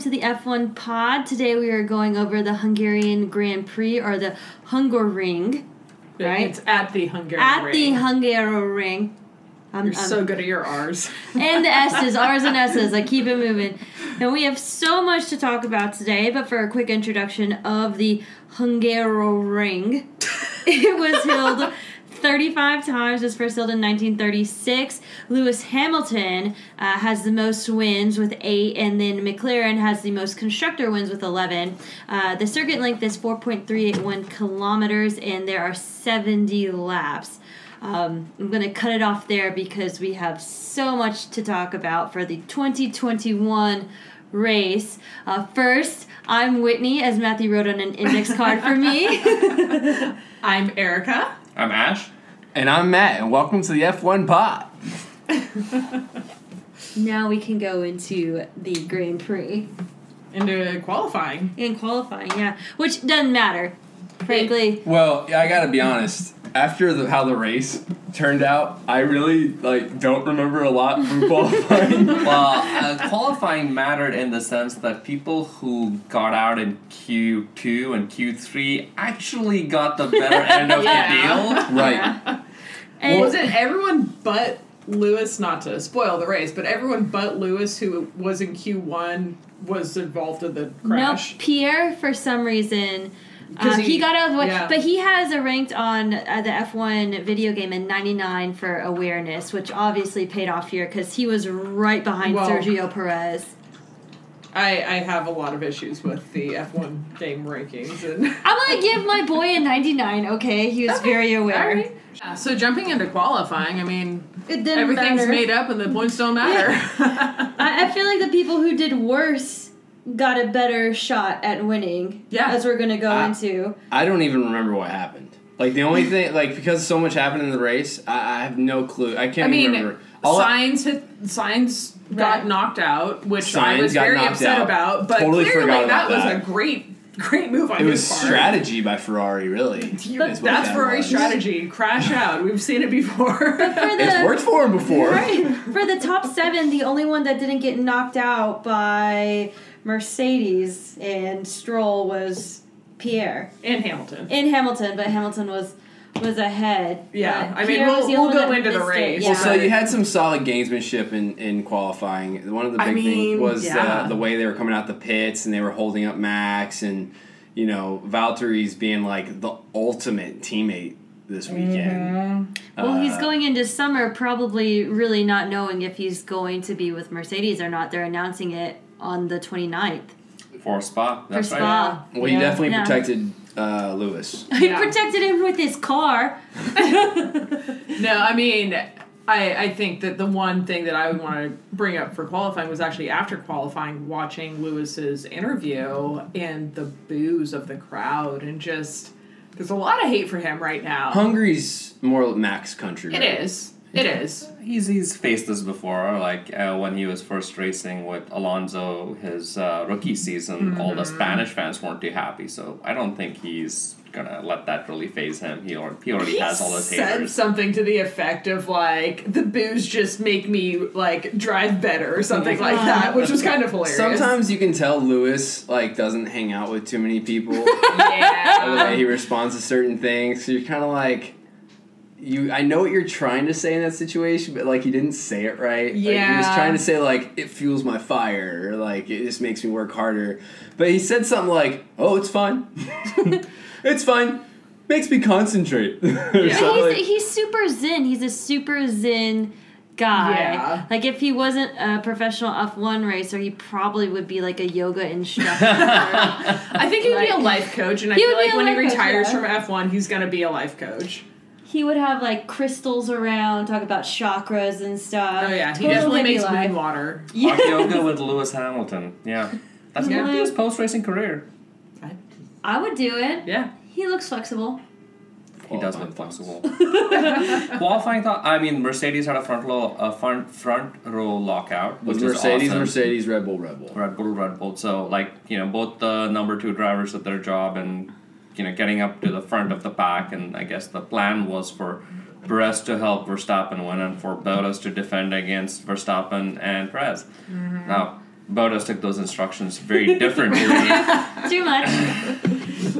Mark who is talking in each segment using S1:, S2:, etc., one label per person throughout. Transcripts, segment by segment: S1: to the F1 pod. Today we are going over the Hungarian Grand Prix or the Hungaroring Right.
S2: It's at the Hungarian
S1: at the
S2: Ring.
S1: Hungaroring. I'm,
S2: You're
S1: I'm-
S2: so good at your R's.
S1: um, and the S's, R's and S's. I keep it moving. And we have so much to talk about today, but for a quick introduction of the Hungaroring, it was held 35 times. It was first held in 1936. Lewis Hamilton uh, has the most wins with eight, and then McLaren has the most constructor wins with 11. Uh, the circuit length is 4.381 kilometers, and there are 70 laps. Um, I'm going to cut it off there because we have so much to talk about for the 2021 race. Uh, first, I'm Whitney, as Matthew wrote on an index card for me.
S2: I'm Erica.
S3: I'm Ash.
S4: And I'm Matt, and welcome to the F1 Pod.
S1: now we can go into the Grand Prix
S2: Into qualifying.
S1: and qualifying, yeah, which doesn't matter, frankly.
S4: Well, yeah, I gotta be honest. After the, how the race turned out, I really like don't remember a lot from qualifying.
S3: Well, uh, qualifying mattered in the sense that people who got out in Q2 and Q3 actually got the better end of
S2: Yeah.
S3: the deal.
S4: right.
S1: And
S2: was it everyone but Lewis, not to spoil the race, but everyone but Lewis who was in Q1 was involved in the
S1: no,
S2: crash?
S1: Pierre, for some reason. Uh,
S2: 'Cause
S1: he,
S2: he-
S1: got out of the way,
S2: yeah.
S1: but he has a ranked on uh, the F1 video game in 99 for awareness, which obviously paid off here because he was right behind
S2: Well.
S1: Sergio Perez.
S2: I, I have a lot of issues with the F1 game rankings. and
S1: I'm gonna give my boy a 99. Okay, he was very aware.
S2: Yeah, so jumping into qualifying, I mean,
S1: It didn't
S2: everything's
S1: matter.
S2: made up and the points don't matter.
S1: I, I feel like the people who did worse got a better shot at winning.
S2: Yeah. Uh,
S1: as we're gonna go
S4: Ah.
S1: into.
S4: I don't even remember what happened. Like the only thing, like because so much happened in the race, I, I have no clue. I
S2: I
S4: can't
S2: mean,
S4: remember. All I-
S2: signs hit, signs
S1: Right.
S2: got knocked out, which
S4: Signs
S2: I was
S4: got
S2: very
S4: knocked
S2: upset
S4: out.
S2: about. But
S4: Totally
S2: clearly,
S4: forgot
S2: that
S4: about
S2: was
S4: that.
S2: a great, great move on
S4: it was
S2: his part.
S4: strategy by Ferrari, really. is what
S2: That's
S4: that
S2: Ferrari's
S4: was.
S2: strategy. Crash out. We've seen it
S1: For
S2: before.
S1: the,
S4: It's worked for him before.
S1: Right. For the top seven, the only one that didn't get knocked out by Mercedes and Stroll was Pierre
S2: and Hamilton.
S1: in Hamilton, but Hamilton was was ahead.
S2: Yeah,
S1: But
S2: I mean,
S1: Pierre
S2: we'll-
S1: was the
S2: we'll
S1: only
S2: go
S1: one that
S2: into the
S1: missed it,
S2: race.
S1: Yeah.
S4: Well, so you had some solid gamesmanship in, in qualifying. One of the
S2: I
S4: big
S2: mean,
S4: things was uh,
S2: yeah.
S4: the, the way they were coming out the pits and they were holding up Max and, you know, Valtteri's being like the ultimate teammate this
S2: Mm-hmm.
S4: weekend.
S1: well,
S4: uh,
S1: he's going into summer probably really not knowing if he's going to be with Mercedes or not. They're announcing it on the 29th
S3: For Spa.
S1: for
S3: That's right.
S1: Spa.
S4: Well, he definitely
S1: Yeah.
S4: protected uh, Lewis.
S1: He
S2: Yeah.
S1: protected him with his car.
S2: No, I mean, I, I think that the one thing that I would want to bring up for qualifying was actually after qualifying, watching Lewis's interview and the boos of the crowd, and just there's a lot of hate for him right now.
S4: Hungary's more Max country.
S2: It is. It is.
S3: He's, he's faced this before, like uh, when he was first racing with Alonso his uh, rookie season, all the Spanish fans weren't too happy. So I don't think he's gonna let that really phase him. He, al- he already
S2: He
S3: has all his
S2: said
S3: haters.
S2: something to the effect of like the boos just make me like drive better or something like that, which was kind of hilarious.
S4: Sometimes you can tell Lewis like doesn't hang out with too many people. the
S2: yeah.
S4: way he responds to certain things. So you're kind of like, you. I know what you're trying to say in that situation, but like he didn't say it right. like, he was
S2: Yeah.
S4: trying to say like it fuels my fire, or like it just makes me work harder. But he said something like, "Oh, it's fun. it's fun. Makes me concentrate." Or something
S1: He's,
S4: like-
S1: he's super zen. He's a super zen guy.
S2: Yeah.
S1: Like if he wasn't a professional F1 racer, he probably would be like a yoga instructor.
S2: I think he'd be a
S1: Like-
S2: life coach, and I
S1: He
S2: feel
S1: would be
S2: like
S1: a
S2: when he
S1: life coach,
S2: retires
S1: yeah.
S2: from F one, he's gonna be a life coach.
S1: he would have like crystals around, talk about chakras and stuff.
S2: Oh yeah, he
S1: Total
S2: definitely
S1: hippie
S2: makes
S1: life.
S2: moon water.
S3: Hot yoga with Lewis Hamilton. Yeah. That's
S2: Yeah.
S3: gonna be his post racing career.
S1: I would do it.
S2: Yeah,
S1: He looks flexible.
S3: He
S4: Oh,
S3: does look flexible. Qualifying thought. I mean, Mercedes had a front row, a front front row lockout, which
S4: Was
S3: is
S4: Mercedes,
S3: awesome.
S4: Mercedes, Red Bull, Red Bull.
S3: Red Bull, Red Bull. So like you know, both the number two drivers at their job and you know getting up to the front of the pack. And I guess the plan was for Perez to help Verstappen win and for Bottas to defend against Verstappen and Perez. Now Bodos took those instructions very differently.
S1: Too much.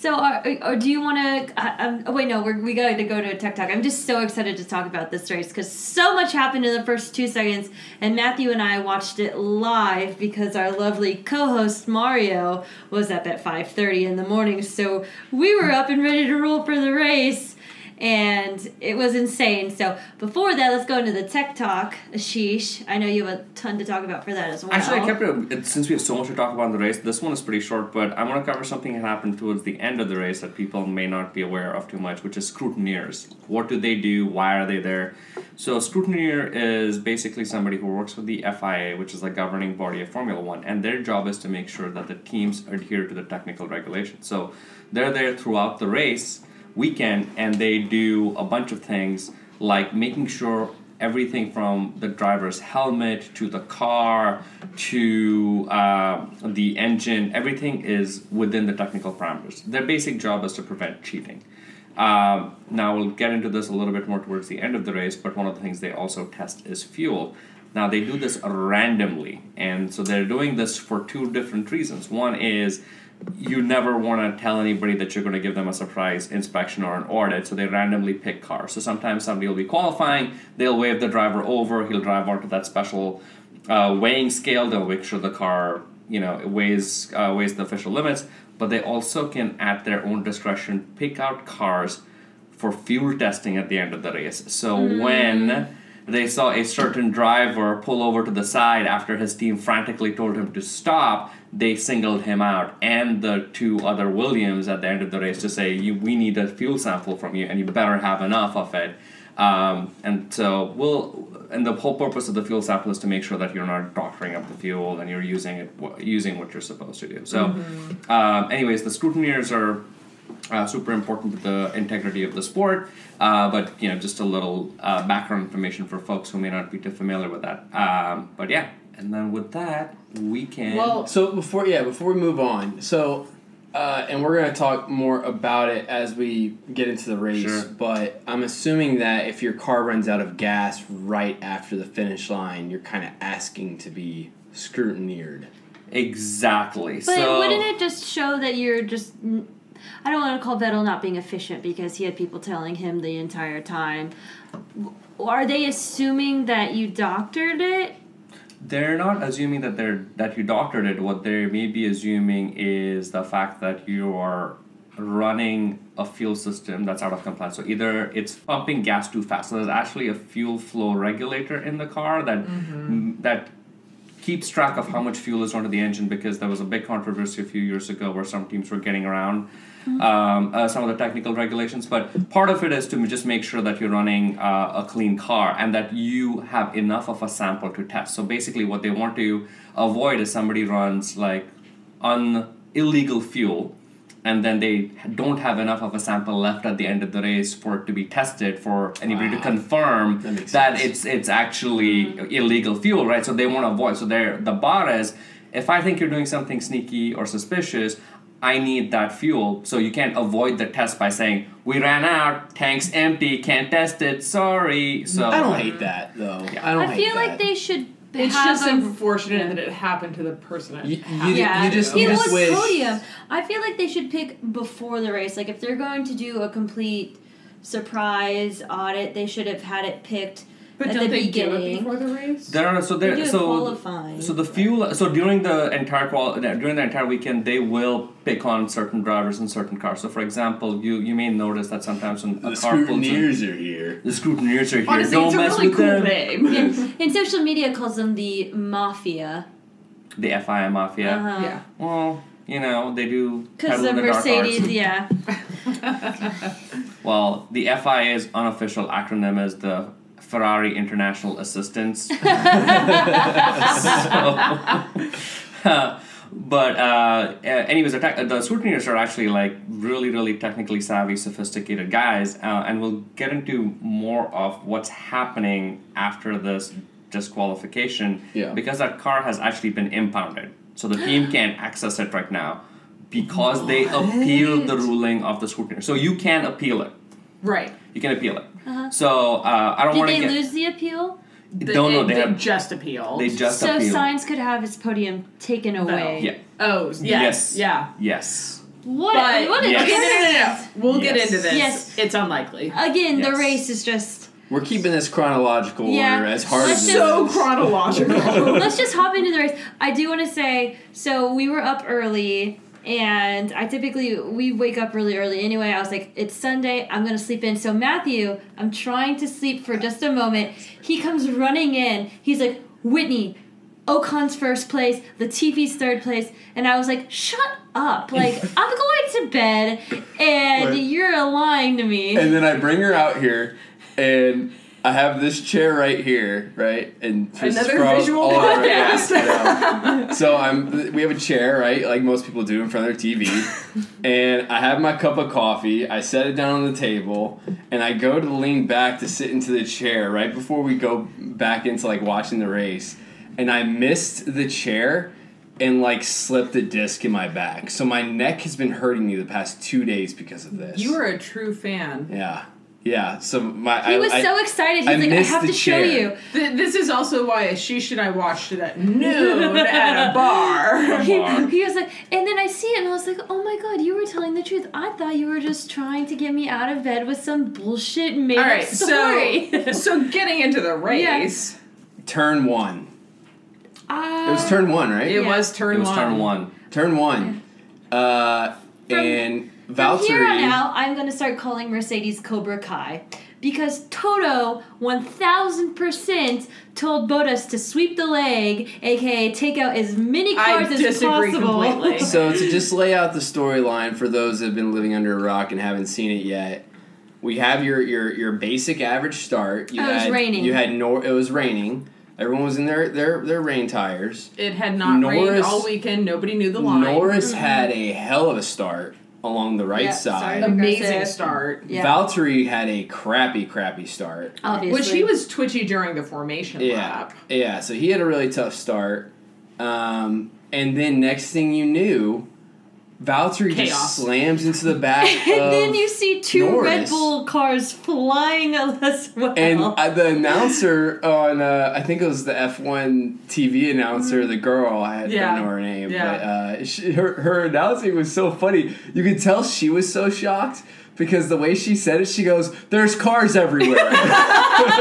S1: So, are, or do you want to? Um, oh, wait, no, we're, we got to go to Tech Talk. I'm just so excited to talk about this race because so much happened in the first two seconds, and Matthew and I watched it live because our lovely co-host Mario was up at 5:30 in the morning, so we were up and ready to roll for the race, and it was insane. So, before that, let's go into the Tech Talk. Ashish, I know you have a ton to talk about for that as well.
S3: Actually, I kept it, it since we have so much to talk about in the race. This one is pretty short, but I want to cover something that happened towards the end of the race that people may not be aware of too much, which is scrutineers. What do they do? Why are they there? So, a scrutineer is basically somebody who works with the FIA, which is the governing body of Formula One, and their job is to make sure that the teams adhere to the technical regulations. So, they're there throughout the race weekend and they do a bunch of things like making sure everything from the driver's helmet to the car to uh, the engine everything is within the technical parameters their basic job is to prevent cheating um, now we'll get into this a little bit more towards the end of the race but one of the things they also test is fuel now they do this randomly and so they're doing this for two different reasons one is you never want to tell anybody that you're going to give them a surprise inspection or an audit, so they randomly pick cars. So sometimes somebody will be qualifying, they'll wave the driver over, he'll drive onto that special uh, weighing scale, they'll make sure the car you know weighs uh, weighs the official limits, but they also can at their own discretion pick out cars for fuel testing at the end of the race. So when they saw a certain driver pull over to the side after his team frantically told him to stop, they singled him out and the two other Williams at the end of the race to say, you, "We need a fuel sample from you, and you better have enough of it." Um, and so, we'll, and the whole purpose of the fuel sample is to make sure that you're not doctoring up the fuel and you're using it using what you're supposed to do. So, um, anyways, the scrutineers are uh, super important to the integrity of the sport. Uh, but you know, just a little uh, background information for folks who may not be too familiar with that. Um, but yeah, and then with that, we can.
S1: Oh.
S2: Well-
S4: So before yeah, before we move on, so uh, and we're gonna talk more about it as we get into the race.
S3: Sure.
S4: But I'm assuming that if your car runs out of gas right after the finish line, you're kind of asking to be scrutineered.
S3: exactly.
S1: But
S3: so
S1: wouldn't it just show that you're just? I don't want to call Vettel not being efficient because he had people telling him the entire time. W- Are they assuming that you doctored it?
S3: they're not assuming that they're that you doctored it. What they may be assuming is the fact that you are running a fuel system that's out of compliance. So either it's pumping gas too fast. So there's actually a fuel flow regulator in the car that that keeps track of how much fuel is onto the engine because there was a big controversy a few years ago where some teams were getting around
S4: Mm-hmm.
S3: um, uh, some of the technical regulations. But part of it is to just make sure that you're running uh, a clean car and that you have enough of a sample to test. So basically, what they want to avoid is somebody runs like on illegal fuel and then they don't have enough of a sample left at the end of the race for it to be tested for anybody to
S4: Wow.
S3: confirm
S4: That makes
S3: that
S4: sense.
S3: it's it's actually
S2: Mm-hmm.
S3: illegal fuel, right? So they want to avoid. So they're the bar is if I think you're doing something sneaky or suspicious, I need that fuel. So you can't avoid the test by saying we ran out, tank's empty, can't test it. Sorry. So
S4: I don't hate that though. I don't.
S1: I
S4: hate
S1: feel like
S4: that.
S1: they should.
S2: Oh It's
S1: have
S2: just
S1: a-
S2: unfortunate that it happened to the person. It
S4: You- you
S2: happened
S4: did-
S2: to.
S1: Yeah,
S4: you just-
S1: he
S4: you just
S1: was
S4: wish-
S1: podium. I feel like they should pick before the race. Like if they're going to do a complete surprise audit, they should have had it picked
S2: But
S1: at
S2: don't
S1: the
S2: they
S1: beginning.
S2: do it before the race?
S3: There are so
S1: They
S3: there
S1: do it
S3: so
S1: qualifying.
S3: so the fuel so during the entire qual during the entire weekend they will pick on certain drivers in certain cars. So for example, you you may notice that sometimes when a
S4: the
S3: car pulls in,
S4: scrutineers are here.
S3: the scrutineers are here.
S2: Honestly,
S3: don't
S2: it's a
S3: mess
S2: really
S3: with
S2: cool
S3: them.
S2: name.
S1: And, and social media calls them the mafia.
S3: The FIA mafia.
S1: Uh-huh.
S2: Yeah.
S3: Well, you know they do
S1: Because
S3: pedal
S1: the
S3: in dark
S1: Mercedes,
S3: arts.
S1: yeah.
S3: Well, the FIA's unofficial acronym is the Ferrari International Assistance. so, uh, but uh, a- anyways, the, tech, the scrutineers are actually like really, really technically savvy, sophisticated guys, uh, and we'll get into more of what's happening after this disqualification
S4: Yeah.
S3: because that car has actually been impounded, so the team can't access it right now. Because they appealed the ruling of the scrutineer, so you can appeal it.
S2: Right.
S3: You can appeal it. So uh, I
S1: Uh-huh.
S3: don't
S1: Did
S3: want to
S1: they
S3: get.
S1: lose the appeal?
S2: They,
S3: Don't know,
S2: They,
S3: they have-
S2: just appealed.
S3: They just
S1: So
S3: appeal.
S1: science could have its podium taken away.
S3: Yeah.
S2: Oh yes,
S3: Yes.
S2: yeah.
S3: Yes.
S1: What?
S2: But
S1: what?
S3: Yes.
S2: okay, no, no, no,
S1: Again,
S2: no. We'll get
S3: Yes.
S2: into this.
S1: Yes.
S2: It's unlikely.
S1: again the
S3: Yes.
S1: race is just.
S4: We're keeping this chronological
S1: Yeah.
S4: order as hard
S1: Let's
S4: as
S1: just-
S2: so chronological.
S1: Let's just hop into the race. I do want to say so we were up early and I typically we wake up really early anyway. I was like it's Sunday, I'm going to sleep in. So Matthew, I'm trying to sleep for just a moment. He comes running in. He's like, "Whitney, Ocon's first place, Latifi's third place." And I was like, "Shut up. Like I'm going to bed and
S4: Right.
S1: you're lying to me."
S4: And then I bring her out here, and I have this chair right here, right? And this is
S2: Another
S4: from
S2: visual
S4: all over-
S2: podcast.
S4: Yeah. so I'm. We have a chair, right? Like most people do in front of their TV. and I have my cup of coffee. I set it down on the table, and I go to lean back to sit into the chair right before we go back into like watching the race. And I missed the chair. And like slipped a disc in my back, so my neck has been hurting me the past two days because of this.
S2: you are a true fan.
S4: Yeah. Yeah. So my
S1: he
S4: I,
S1: was
S4: I-
S1: so excited. He's
S4: I
S1: like, "I
S4: missed
S1: have
S4: the
S1: to show
S4: chair.
S1: you."
S2: Th- this is also why Ashish and I watched it at noon at a bar.
S1: he,
S3: Lamar.
S1: he was like, and then I see it, and I was like, oh my god, you were telling the truth. I thought you were just trying to get me out of bed with some bullshit made
S2: All
S1: up
S2: right,
S1: story.
S2: so so getting into the race,
S4: turn one. It
S1: Ah,
S4: was turn one, right?
S2: it
S1: Yeah.
S2: was turn
S3: It was
S2: one.
S3: turn one.
S4: Turn one. Uh, and
S1: from
S4: Valtteri.
S1: here on out, I'm gonna start calling Mercedes Cobra Kai because Toto 1,000% told Botas to sweep the leg, aka take out as many
S2: I
S1: cars as
S2: disagree
S1: possible.
S2: completely.
S4: so to just lay out the storyline for those that have been living under a rock and haven't seen it yet, we have your your, your basic average start. You
S1: Oh, it was
S4: had,
S1: raining.
S4: You had nor it was raining. Everyone was in their their, their rain tires.
S2: It had not rained
S4: Norris-
S2: all weekend. Nobody knew the line.
S4: Norris had a hell of a start along the right
S1: Mm-hmm. Yeah,
S4: side.
S1: sorry.
S2: amazing
S1: Aggressive.
S2: start.
S1: Yeah.
S4: Valtteri had a crappy, crappy start.
S1: Obviously.
S2: Which he was twitchy during the formation
S4: Yeah,
S2: lap.
S4: yeah. So he had a really tough start, um, and then next thing you knew, Valtteri
S2: Chaos.
S4: just slams into the back of.
S1: And then you see two Red
S4: Norris.
S1: Bull cars flying as well.
S4: and I, the announcer on, uh, I think it was the F1 TV announcer, the girl, I don't
S2: Mm-hmm. Yeah.
S4: know her name,
S2: Yeah.
S4: but uh, she, her, her announcing was so funny. You could tell she was so shocked because the way she said it, she goes, There's cars everywhere.
S1: in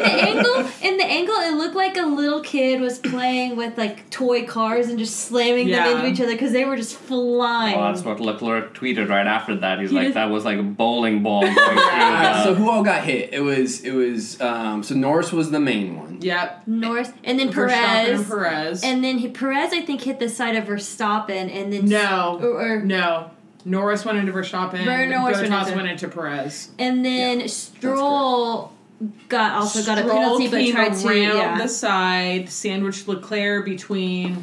S1: the angle in the angle it looked like a little kid was playing with like toy cars and just slamming them
S2: Yeah.
S1: into each other because they were just flying
S3: Well, that's what Leclerc tweeted right after that. He's
S1: He
S3: like,
S1: just-
S3: that was like a bowling ball going through.
S4: Uh,
S3: the-
S4: so who all got hit? It was it was um, so Norris was the main one.
S2: Yep.
S1: north and then perez
S2: Verstappen and Perez.
S1: and then he, perez i think hit the side of verstappen and then
S2: no.
S1: or, or-
S2: no. Norris went into Verstappen.
S1: Ver- Norris went
S2: Bottas
S1: into-
S2: went into Perez.
S1: and then stroll got also got a
S2: Stroll
S1: penalty but
S2: came
S1: tried to
S2: around
S1: yeah.
S2: the side, sandwiched Leclerc between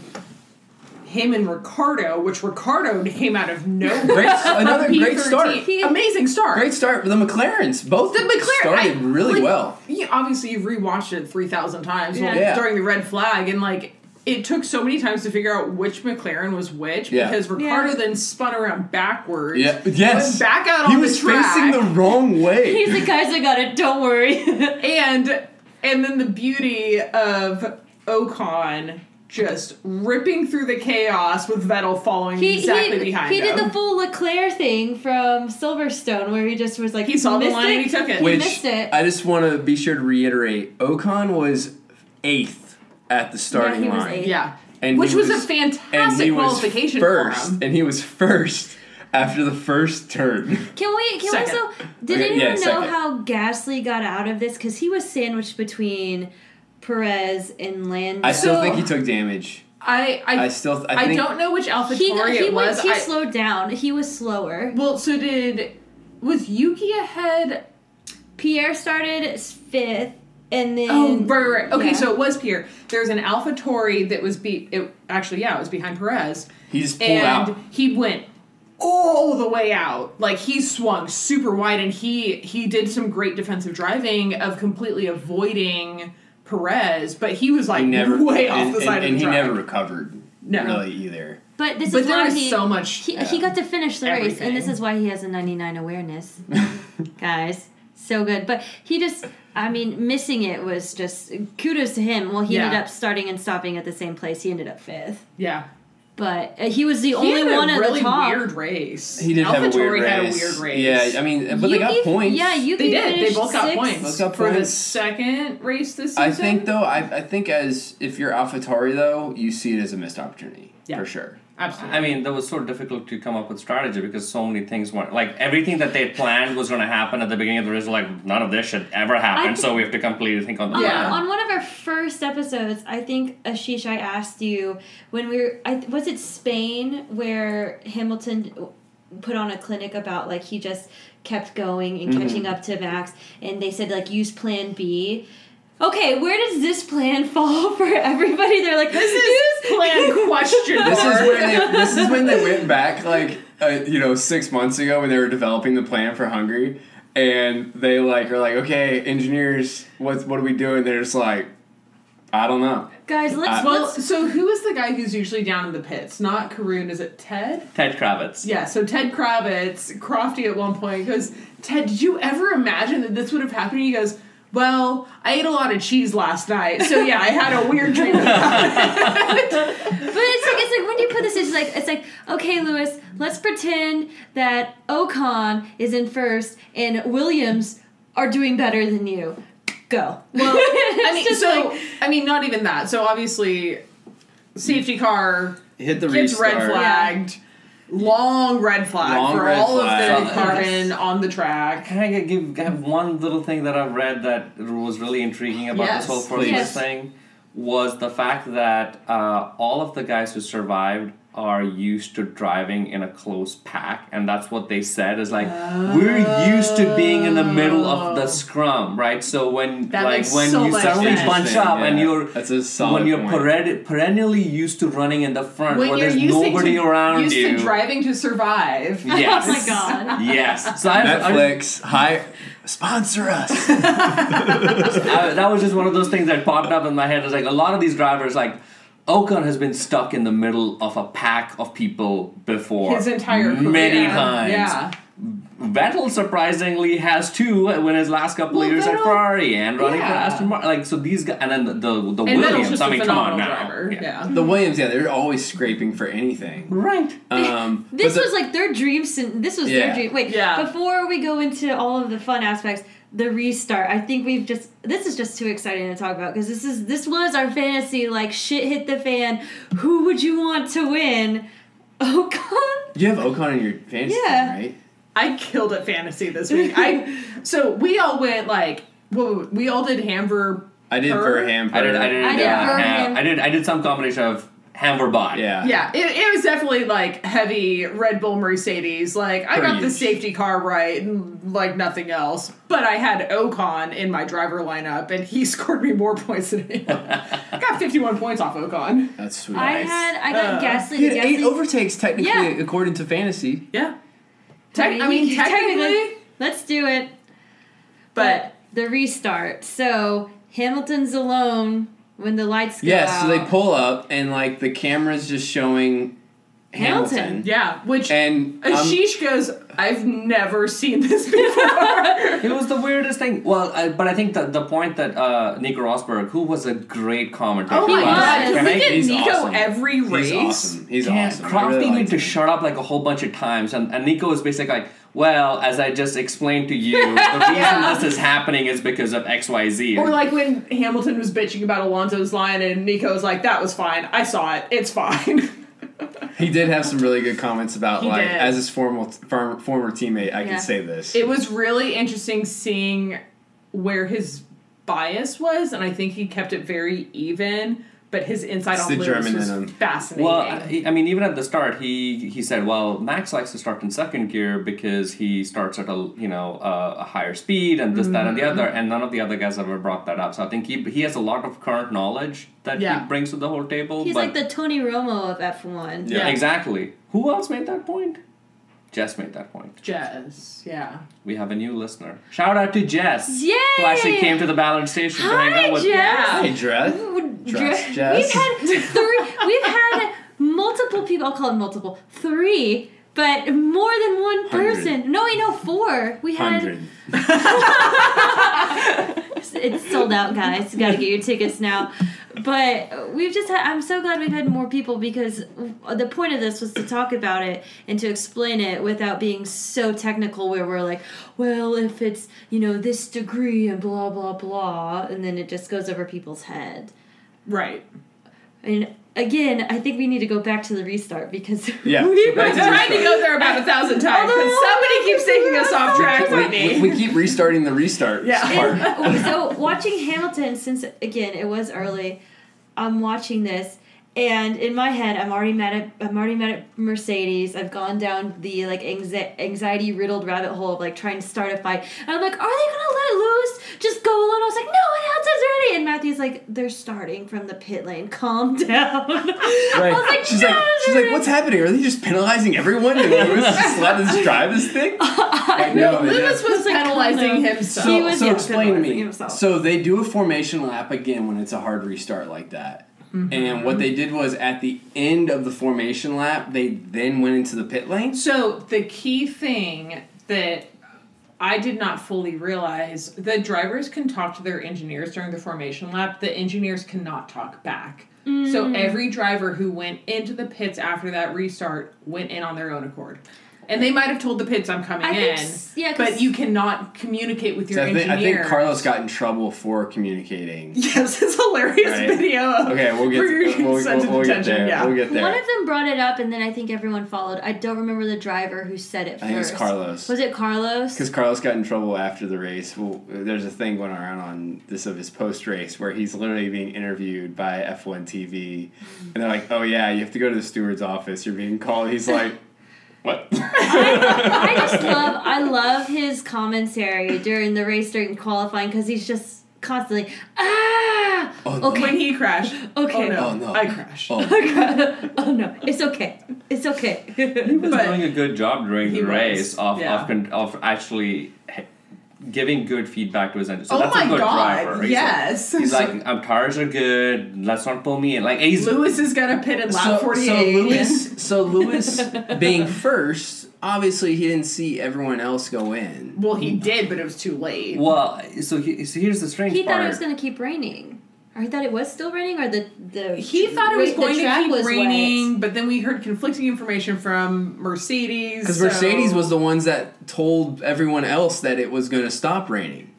S2: him and Ricardo, which Ricardo came out of nowhere.
S4: Great, another great start.
S1: He-
S2: Amazing start.
S4: Great start. The McLarens both
S2: The McLaren
S4: started
S2: I-
S4: really
S2: like,
S4: well.
S2: You, obviously, you've rewatched it three thousand times
S1: Yeah.
S2: well,
S4: Yeah.
S2: during the red flag, and like it took so many times to figure out which McLaren was which
S4: Yeah.
S2: because Ricardo
S1: Yeah.
S2: then spun around backwards.
S4: Yeah.
S2: went
S4: Yes.
S2: back out
S4: he
S2: on
S4: was
S2: the track,
S4: facing the wrong way.
S1: he's the guys that got it don't worry
S2: and and then the beauty of Ocon just ripping through the chaos with Vettel following exactly
S1: he,
S2: behind
S1: he
S2: him.
S1: did the full Leclerc thing from Silverstone where he just was like
S2: he saw the
S1: "Missed
S2: line
S1: it."
S2: and he took it.
S4: Which
S1: missed it.
S4: I just want to be sure to reiterate: Ocon was eighth at the starting
S1: he was
S4: line,
S1: eighth.
S2: yeah,
S4: And
S2: which
S4: he
S2: was,
S4: was-
S2: a fantastic
S4: and he was
S2: qualification
S4: first,
S2: for him.
S4: and he was first after the first turn.
S1: Can we? Can
S2: Second.
S1: we also? Did
S4: Okay, yeah,
S1: anyone know
S4: second.
S1: how Gasly got out of this? Because he was sandwiched between Perez and Lando.
S4: I still
S2: So-
S4: think he took damage.
S2: I I,
S4: I still, I,
S2: I,
S4: think,
S2: don't know which Alpha
S1: he
S2: Tauri
S1: he
S2: it
S1: went-
S2: was.
S1: he
S2: I-
S1: slowed down. He was slower.
S2: well, so did was Yuki ahead?
S1: Pierre started fifth, and then
S2: Oh, right, right, right. Okay,
S1: yeah.
S2: so it was Pierre. There's an Alpha Tori that was be it actually yeah, it was behind Perez.
S4: He just pulled
S2: and
S4: out.
S2: he went all the way out. Like he swung super wide and he he did some great defensive driving of completely avoiding Perez, but he was like
S4: He never
S2: way
S4: and,
S2: off the
S4: and-
S2: side
S4: and
S2: of the
S4: he
S2: track.
S4: never recovered.
S2: No.
S4: really either.
S1: But this
S2: But
S1: is
S2: there
S1: why
S2: was
S1: he
S2: so much-
S1: He, he got to finish the race, and this
S2: Everything.
S1: is why he has a ninety nine awareness, guys. so good. But he just, I mean, missing it was just kudos to him. Well, he ended
S2: Yeah.
S1: up starting and stopping at the same place. He ended up fifth,
S2: Yeah.
S1: but uh, he was the
S2: He
S1: only
S2: had a
S1: one at
S2: really
S1: the top.
S2: weird race.
S4: He did have a
S2: AlphaTauri
S4: weird race.
S2: had a weird race.
S4: Yeah, I mean, but they got
S1: Yuki-
S4: points.
S1: Yeah, you
S2: They did. They both got
S4: Both
S2: points
S4: got
S2: for the
S4: points.
S2: second race this season.
S4: I think though, I, I think as if you're AlphaTauri though, you see it as a missed opportunity
S2: Yeah.
S4: for sure.
S2: Absolutely.
S3: I mean, that was so difficult to come up with strategy because so many things weren't like everything that they had planned was going to happen at the beginning of the race. Like none of this should ever happen,
S1: I thi-
S3: so we have to completely think on the
S1: On,
S2: Yeah.
S3: fly.
S1: on one of our first episodes, I think Ashish, I asked you when we were, I, was it Spain where Hamilton put on a clinic about like he just kept going and catching up to Max, and they said like use Plan B. Okay, where does this plan fall for everybody? They're like, this is
S2: Plan question
S4: This is
S2: mark.
S4: when they, this is when they went back like uh, you know six months ago when they were developing the plan for Hungary, and they like are like, okay, engineers, what what are we doing? They're just like, I don't know.
S1: Guys, let's,
S2: Uh, Well,
S1: let's
S2: so who is the guy who's usually down in the pits? Not Karun, is it Ted?
S3: Ted Kravitz.
S2: Yeah, so Ted Kravitz, Crofty at one point goes, Ted, did you ever imagine that this would have happened? He goes, Well, I ate a lot of cheese last night, so yeah, I had a weird dream about it.
S1: But it's like it's like when you put this, it's like it's like okay, Lewis, let's pretend that Ocon is in first and Williams are doing better than you. Go.
S2: Well, I
S1: It's
S2: mean,
S1: just
S2: so
S1: like-
S2: I mean, not even that. So obviously, safety car
S4: Hit the
S2: gets
S4: restart.
S2: red flagged. Long red flag
S4: Long
S2: for
S4: red
S2: all of
S4: flag.
S2: the carbon on the track.
S3: Can I g- give I have one little thing that I've read that was really intriguing about
S2: Yes.
S3: this whole Formula
S1: Yes.
S3: thing? Was the fact that uh, all of the guys who survived are used to driving in a close pack, and that's what they said is like we're used to being in the middle of the scrum, right? So when
S2: Oh. That
S3: like
S2: makes
S3: when
S2: so
S3: you
S2: much
S3: suddenly
S2: sense.
S3: bunch up and
S4: Yeah.
S3: you're
S4: That's a solid
S3: when you're
S4: point.
S3: perenni- perennially used to running in the front
S2: When
S3: where
S2: you're
S3: there's
S2: using
S3: nobody
S2: to,
S3: around
S2: used
S3: you.
S2: to driving to survive.
S3: Yes.
S1: oh my
S2: Um,
S1: god.
S3: Yes. So I've, I've-
S4: Netflix, hi, sponsor us.
S3: I, that was just one of those things that popped up in my head. It's like a lot of these drivers, like Ocon, has been stuck in the middle of a pack of people before
S2: His entire career.
S3: many times.
S2: Yeah.
S3: Vettel surprisingly has two when his last couple
S2: Well,
S3: of years at
S2: Vettel-
S3: Ferrari and running for
S2: yeah.
S3: Aston Martin. Like so, these guys, and then the the, the
S2: And Vettel's
S3: Williams.
S2: just
S3: I
S2: a
S3: mean, come
S2: phenomenal
S3: on now.
S2: driver. Yeah.
S4: the Williams, yeah, they're always scraping for anything.
S3: Right.
S4: Um, but
S1: This
S4: the-
S1: was like their dream. Sin- this was
S4: Yeah.
S1: their dream. Wait,
S2: Yeah.
S1: before we go into all of the fun aspects, the restart. I think we've just. This is just too exciting to talk about because this is this was our fantasy. Like shit hit the fan. Who would you want to win? Ocon.
S4: you have Ocon in your fantasy,
S1: Yeah.
S4: right?
S2: I killed at fantasy this week. I so we all went like well, we all did Hamburg.
S4: I did
S2: Her?
S4: Verham.
S3: I did. I did.
S1: I did
S3: uh,
S1: Vernon.
S3: ha- I did. I did some combination of Hammer bot.
S4: Yeah.
S2: Yeah, it, it was definitely like heavy Red Bull Mercedes. Like I got the
S4: Pretty.
S2: safety car right and like nothing else. But I had Ocon in my driver lineup, and he scored me more points than anyone. I got fifty-one points off Ocon.
S4: That's sweet.
S1: I had I got
S2: Uh,
S1: Gasly.
S4: He had eight
S1: Gasly-
S4: overtakes technically
S1: Yeah.
S4: according to fantasy.
S2: Yeah, Tec- I mean technically,
S1: let's do it.
S2: but
S1: the restart. So Hamilton's alone when the lights go
S4: Yes, so they
S1: out.
S4: pull up and like the camera's just showing Hamilton.
S1: Hamilton.
S2: yeah, which
S4: And um,
S2: Ashish goes, I've never seen this before.
S3: It was the weirdest thing. Well, I, but I think that the point that uh, Nico Rosberg, who was a great commentator,
S2: oh my
S1: He
S3: by the
S2: god,
S1: was.
S2: can
S3: way, can
S2: we
S3: I-
S2: get
S4: He's
S2: Nico
S4: awesome.
S2: every race?
S4: he's awesome. He's
S3: yeah,
S4: awesome. I
S3: Crofty
S4: really
S3: needed
S4: liked
S3: to
S4: him.
S3: shut up like a whole bunch of times, and, and Nico is basically like, "Well, as I just explained to you, the reason
S2: Yeah.
S3: this is happening is because of X, Y, Z."
S2: Or like when Hamilton was bitching about Alonso's line and Nico's like, that was fine. I saw it. It's fine.
S4: He did have some really good comments about
S2: He
S4: like
S2: did.
S4: as his formal farm, former teammate, I
S1: Yeah.
S4: can say this.
S2: it was really interesting seeing where his bias was, and I think he kept it very even, but his insight
S4: It's
S2: on
S4: the
S2: Lewis
S4: German
S2: was
S4: in him.
S2: fascinating.
S3: well, I, I mean, even at the start, he he said, "Well, Max likes to start in second gear because he starts at a you know uh, a higher speed and this, that, and
S2: Mm-hmm.
S3: the other." And none of the other guys ever brought that up. So I think he he has a lot of current knowledge that
S2: Yeah.
S3: he brings to the whole table.
S1: He's
S3: but
S1: like the Tony Romo of F1.
S4: Yeah.
S3: Exactly. Who else made that point? Jess made that point.
S2: Jez, yeah.
S3: We have a new listener. Shout out to Jess.
S1: Yay!
S3: Who actually came to the ballard station to hang
S1: Hi,
S3: out with
S2: Yeah.
S1: Jess.
S4: Hey, Dre.
S1: Would-
S4: Trust
S1: Dre-
S4: Jess.
S1: We've had three. We've had multiple people. I'll call it multiple. Three But more than one
S4: Hundred.
S1: person. No, wait, no, four. We had
S4: Hundred.
S1: it's sold out, guys. You gotta get your tickets now. But we've just had, I'm so glad we've had more people because the point of this was to talk about it and to explain it without being so technical where we're like, well, if it's, you know, this degree and blah, blah, blah, and then it just goes over people's head.
S2: Right.
S1: And again, I think we need to go back to the restart because
S4: Yeah,
S1: we
S4: so back
S1: were
S4: to
S2: I
S4: the
S2: tried to go there about a thousand times, but somebody keeps taking us off track,
S4: We,
S2: Whitney.
S4: we keep restarting the restart
S2: Yeah.
S4: part.
S1: And- Oh, so watching Hamilton since again it was early, I'm watching this and in my head I'm already mad at I'm already mad at Mercedes. I've gone down the like anxi- anxiety riddled rabbit hole of like trying to start a fight. And I'm like, are they gonna let loose? Just go alone. I was like, no, my house is ready. And Matthew's like, they're starting from the pit lane. Calm down. I was like,
S4: she's
S1: no,
S4: like, she's
S1: they're-
S4: like, what's happening? Are they just penalizing everyone? And Lewis just let us drive this thing? Like, no, they
S2: Lewis
S4: don't.
S2: was
S1: like,
S2: penalizing
S1: come on.
S2: himself.
S4: So,
S1: He was-
S4: so
S1: yeah,
S4: explain to
S1: penalizing
S4: me.
S1: himself.
S4: So they do a formation lap again when it's a hard restart like that.
S2: Mm-hmm.
S4: And what they did was at the end of the formation lap, they then went into the pit lane.
S2: So the key thing that I did not fully realize the drivers can talk to their engineers during the formation lap. The engineers cannot talk back.
S1: Mm.
S2: So every driver who went into the pits after that restart went in on their own accord. And they might have told the pits I'm coming
S1: I
S2: in.
S1: think s- yeah, 'cause-
S2: but you cannot communicate with your
S4: So I, think,
S2: engineer.
S4: I think Carlos got in trouble for communicating.
S2: Yes, it's a hilarious
S4: Right.
S2: video. Of
S4: Okay, we'll get
S2: for your
S4: we'll, we'll,
S2: consent and
S4: we'll get
S2: detention,
S4: there.
S2: Yeah.
S4: We'll get there.
S1: One of them brought it up, and then I think everyone followed. I don't remember the driver who said it first.
S4: I think it was Carlos.
S1: Was it Carlos?
S4: Because Carlos got in trouble after the race. Well, there's a thing going around on this of his post race where he's literally being interviewed by F1 TV, and they're like, "Oh yeah, you have to go to the steward's office. You're being called." He's like,
S3: What?
S1: I just love I love his commentary during the race during qualifying because he's just constantly ah
S4: Oh, no.
S1: okay
S2: When he crashed.
S1: Okay.
S2: Oh,
S4: Oh, no.
S2: I crashed.
S4: "Oh,
S1: oh no it's okay it's okay
S3: was
S2: But-
S3: doing a good job during
S2: He
S3: the
S2: was,
S3: race of,
S2: yeah.
S3: of con- of actually h- giving good feedback to his engine. So
S2: oh
S3: that's
S2: my
S3: a good
S2: god.
S3: driver. He's like-
S2: yes.
S3: He's like, um, tires are good. Let's not pull me in. Like he's
S2: Lewis is gonna pit in lap
S4: so,
S2: forty
S4: so
S2: eight.
S4: Lewis, so Lewis being first, obviously he didn't see everyone else go in.
S2: Well, he did, but it was too late.
S3: well. So, he, so here's the strange
S1: he
S3: part.
S1: thought it was gonna keep raining or he thought it was still raining or the the
S2: He thought it was
S1: the
S2: going to
S1: track
S2: keep
S1: was wet.
S2: raining, but then we heard conflicting information from Mercedes.
S4: Because
S2: so-
S4: Mercedes was the ones that told everyone else that it was going to stop raining.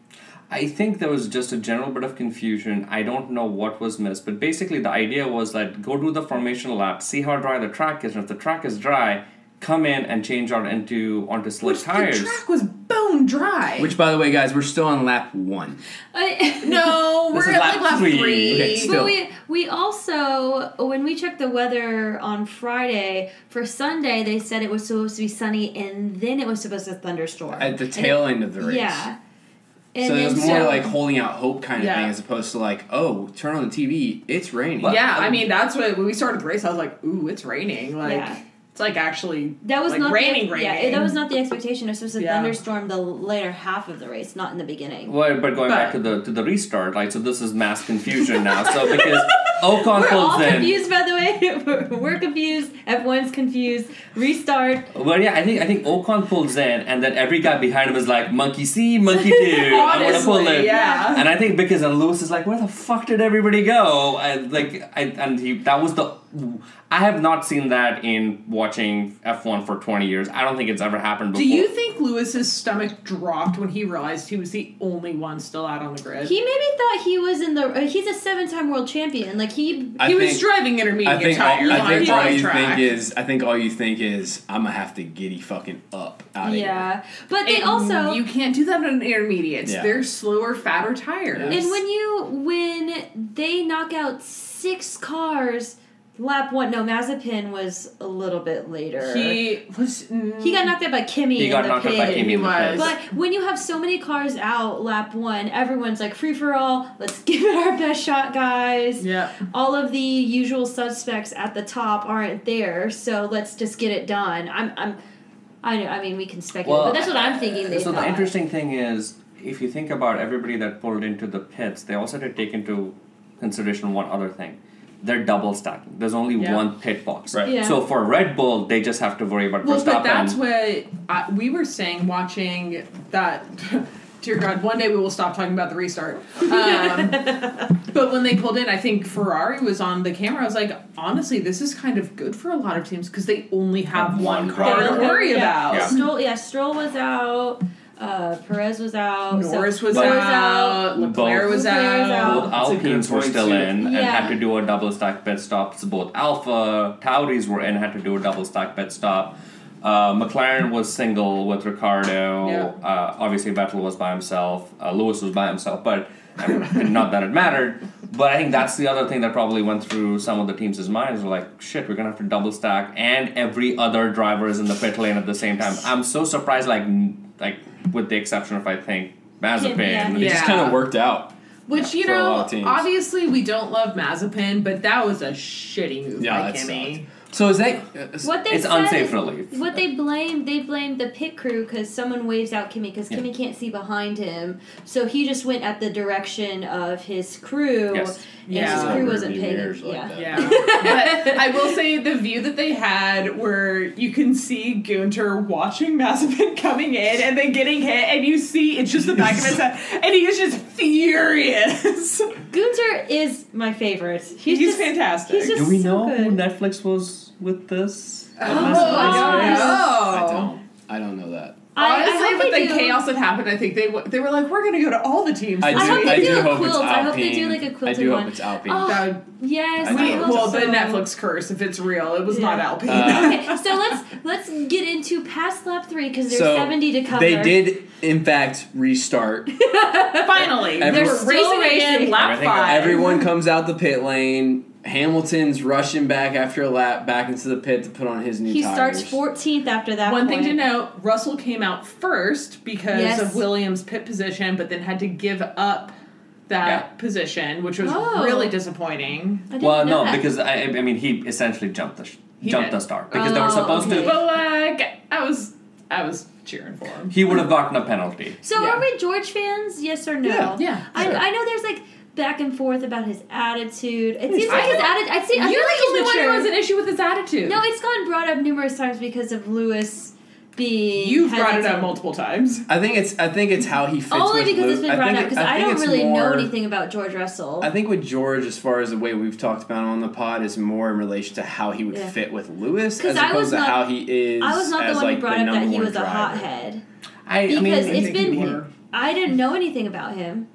S3: I think there was just a general bit of confusion. I don't know what was missed, but basically the idea was that go do the formation lap, see how dry the track is, and if the track is dry, come in and change out into onto slick
S2: which the
S3: tires.
S2: track was bone dry.
S4: Which, by the way, guys, we're still on lap one.
S1: I-
S2: no,
S3: This
S2: we're
S3: is
S2: at
S3: lap
S2: like lap three.
S3: three.
S4: Okay, still-
S1: But we we also when we checked the weather on Friday for Sunday they said it was supposed to be sunny and then it was supposed to thunderstorm
S4: At the
S1: And it-
S4: tail end of the race.
S1: Yeah. And
S4: so it was
S1: then-
S4: more
S1: so-
S4: like holding out hope kind of
S2: Yeah.
S4: thing as opposed to like, oh, turn on the TV, it's raining.
S2: yeah, I mean that's what when we started the race. I was like, ooh, it's raining. Like
S1: Yeah.
S2: it's like actually
S1: that was
S2: like,
S1: not
S2: raining.
S1: the,
S2: raining.
S1: Yeah, that was not the expectation. It was supposed to
S2: Yeah.
S1: thunderstorm the later half of the race, not in the beginning.
S3: Well, but going back to
S2: But-
S3: the to the restart, like so, this is mass confusion now. So because Ocon
S1: We're all
S3: pulls in,
S1: confused, by the way. We're- We're confused. Everyone's confused. Restart.
S3: well, yeah, I think I think Ocon pulls in, and then every guy behind him is like, "Monkey see, monkey do." I'm gonna pull
S2: Honestly,
S3: in.
S2: yeah.
S3: And I think because and Lewis is like, "Where the fuck did everybody go?" And like, I, and he that was the. I have not seen that in watching F one for twenty years. I don't think it's ever happened before.
S2: Do you think Lewis's stomach dropped when he realized he was the only one still out on the grid?
S1: He maybe thought he was in the. uh, he's a seven-time world champion. Like he.
S4: I
S2: He was
S4: think-
S2: driving intermediate
S4: I think, all,
S2: tires
S4: I think
S2: on
S4: all
S2: a
S4: you
S2: track.
S4: think is I think all you think is I'm gonna have to giddy fucking up out of here.
S1: yeah, but they
S2: And
S1: also.
S2: you can't do that on intermediates.
S4: Yeah.
S2: They're slower, fatter tires.
S1: and when you when they knock out six cars, lap one. No, Mazepin was a little bit later.
S2: he was mm,
S1: He got knocked out by Kimmy.
S3: he
S1: in
S3: got
S1: the
S3: knocked
S1: pit.
S3: out by Kimi in the
S2: was.
S3: pits.
S1: But when you have so many cars out, lap one, everyone's like free for all. Let's give it our best shot, guys.
S2: yeah.
S1: All of the usual suspects at the top aren't there, so let's just get it done. I'm, I'm, I know. I mean, we can speculate, but that's what I'm thinking. They
S3: so
S1: thought.
S3: the interesting thing is, if you think about everybody that pulled into the pits, they also had to take into consideration one other thing. they're double stacking. There's only
S2: Yeah.
S3: one pit box.
S4: Right.
S1: Yeah.
S3: So for Red Bull, they just have to worry about
S2: Well, but
S3: Verstappen.
S2: that's what I, we were saying watching that. Dear God, one day we will stop talking about the restart. Um, but when they pulled in, I think Ferrari was on the camera. I was like, honestly, this is kind of good for a lot of teams because they only have
S3: Have
S2: one
S3: one
S2: car to
S3: car.
S2: worry
S1: yeah.
S2: about.
S3: Yeah.
S1: Stroll, yeah, Stroll was out. Uh, Perez was out. so-
S2: Norris was
S3: But-
S2: out. Leclerc
S3: Both-
S1: Leclerc
S2: was
S1: is
S2: out.
S1: out.
S3: both
S4: That's a good
S3: Alpines were
S4: point,
S3: still
S4: too.
S3: in and
S1: Yeah.
S3: had to do a double stack pit stop. So both Alpha Tauris were in, had to do a double stack pit stop. Uh, McLaren was single with Ricardo.
S2: Yeah.
S3: Uh, obviously, Vettel was by himself. Uh, Lewis was by himself, but I mean, not that it mattered. But I think that's the other thing that probably went through some of the teams' minds. Were like, shit, we're gonna have to double stack, and every other driver is in the pit lane at the same time. I'm so surprised. Like, n- like with the exception of I think Mazepin.
S1: yeah.
S4: It just
S2: Yeah.
S4: kind of worked out.
S2: Which, you
S4: For a
S2: know,
S4: lot of teams.
S2: obviously we don't love Mazepin, but that was a shitty move
S4: Yeah,
S2: by
S4: that
S2: Kimmy.
S4: So is that uh,
S1: What they
S3: It's
S1: said-
S3: unsafe relief.
S1: What they blame, they blame the pit crew because someone waves out Kimmy because Kimmy can't see behind him, so he just went at the direction of his crew,
S3: Yes.
S1: and his
S2: Yeah.
S1: crew
S4: Rearview
S1: wasn't paying.
S4: mirrors like
S1: yeah,
S4: that.
S2: Yeah. but I will say the view that they had where you can see Gunter watching Mazepin coming in and then getting hit, and you see it's just the back of his head, and he is just furious.
S1: Gunter is my favorite. He's,
S2: He's,
S1: just,
S2: fantastic.
S1: he's just-
S3: Do we
S1: so
S3: know who
S1: good.
S3: Netflix was with this?
S2: oh,
S3: With this-
S1: gosh.
S4: I don't. I don't know that.
S1: I, I
S2: Honestly,
S1: hope
S2: with
S1: they
S2: the
S1: do.
S2: chaos that happened, I think they w- they were like, we're going to go to all the teams.
S4: I do.
S1: I
S2: this
S1: hope
S2: week."
S1: they do
S4: do
S1: a
S4: hope it's
S1: quilt. I hope
S4: Alpine.
S1: they do, like, a quilted
S4: I do
S1: one.
S4: hope it's Alpine.
S1: Oh,
S2: That would-
S1: Yes,
S4: I
S1: I
S4: do.
S1: hope
S2: well, the
S1: so.
S2: Netflix curse, if it's real, it was
S1: Yeah.
S2: not Alpine.
S4: Uh,
S1: okay, so let's let's get into past lap three because there's
S4: so
S1: seventy to cover.
S4: They did, in fact, restart.
S2: Finally,
S4: Every-
S2: they were
S1: Still
S2: racing again,
S1: racing.
S2: lap
S3: Everything-
S2: five.
S4: Everyone comes out the pit lane. Hamilton's rushing back after a lap back into the pit to put on his new
S1: He
S4: tires.
S1: starts fourteenth after that.
S2: One thing to
S1: point.
S2: note: Russell came out first because
S1: Yes.
S2: of Williams' pit position, but then had to give up that
S3: Yeah.
S2: position, which was
S1: Oh.
S2: really disappointing.
S1: I didn't
S3: Well,
S1: know
S3: no,
S1: that.
S3: because I, I mean he essentially jumped the sh-
S2: He
S3: jumped
S2: did.
S3: the start because they were
S1: Oh,
S3: supposed
S1: okay.
S3: to.
S2: But like, I was, I was cheering for him.
S3: He would have gotten a penalty.
S1: So
S2: Yeah.
S1: are we George fans? Yes or no?
S4: Yeah,
S2: yeah,
S1: I,
S4: sure.
S1: I know there's like back and forth about his attitude. It seems
S2: I
S1: like his
S2: don't-
S1: attitude. I see. I
S2: You're
S1: feel like
S2: the
S1: he's
S2: only one who
S1: mature.
S2: has an issue with his attitude.
S1: No, it's gone brought up numerous times because of Lewis being.
S2: you've brought it
S1: hesitant.
S2: up multiple times.
S4: I think it's. I think it's how he fits.
S1: Only
S4: with
S1: because it's
S4: Luke. I
S1: been brought
S4: think
S1: up
S4: it-
S1: because I,
S4: think
S1: don't
S4: it's
S1: really know
S4: more-
S1: anything about George Russell.
S4: I think with George, as far as the way we've talked about him on the pod, is more in relation to how he would
S1: Yeah.
S4: fit with Lewis,
S1: 'Cause
S4: as
S1: I
S4: opposed
S1: was
S4: to
S1: not-
S4: how he is.
S1: I was not
S4: as
S1: the one
S4: like
S1: who brought
S4: the
S1: up that
S4: number
S1: he
S4: one
S1: was a
S4: driver.
S1: hothead.
S3: I, I mean,
S1: Because
S3: I
S1: it's
S3: think
S1: been-
S3: he were-
S1: I didn't know anything about him.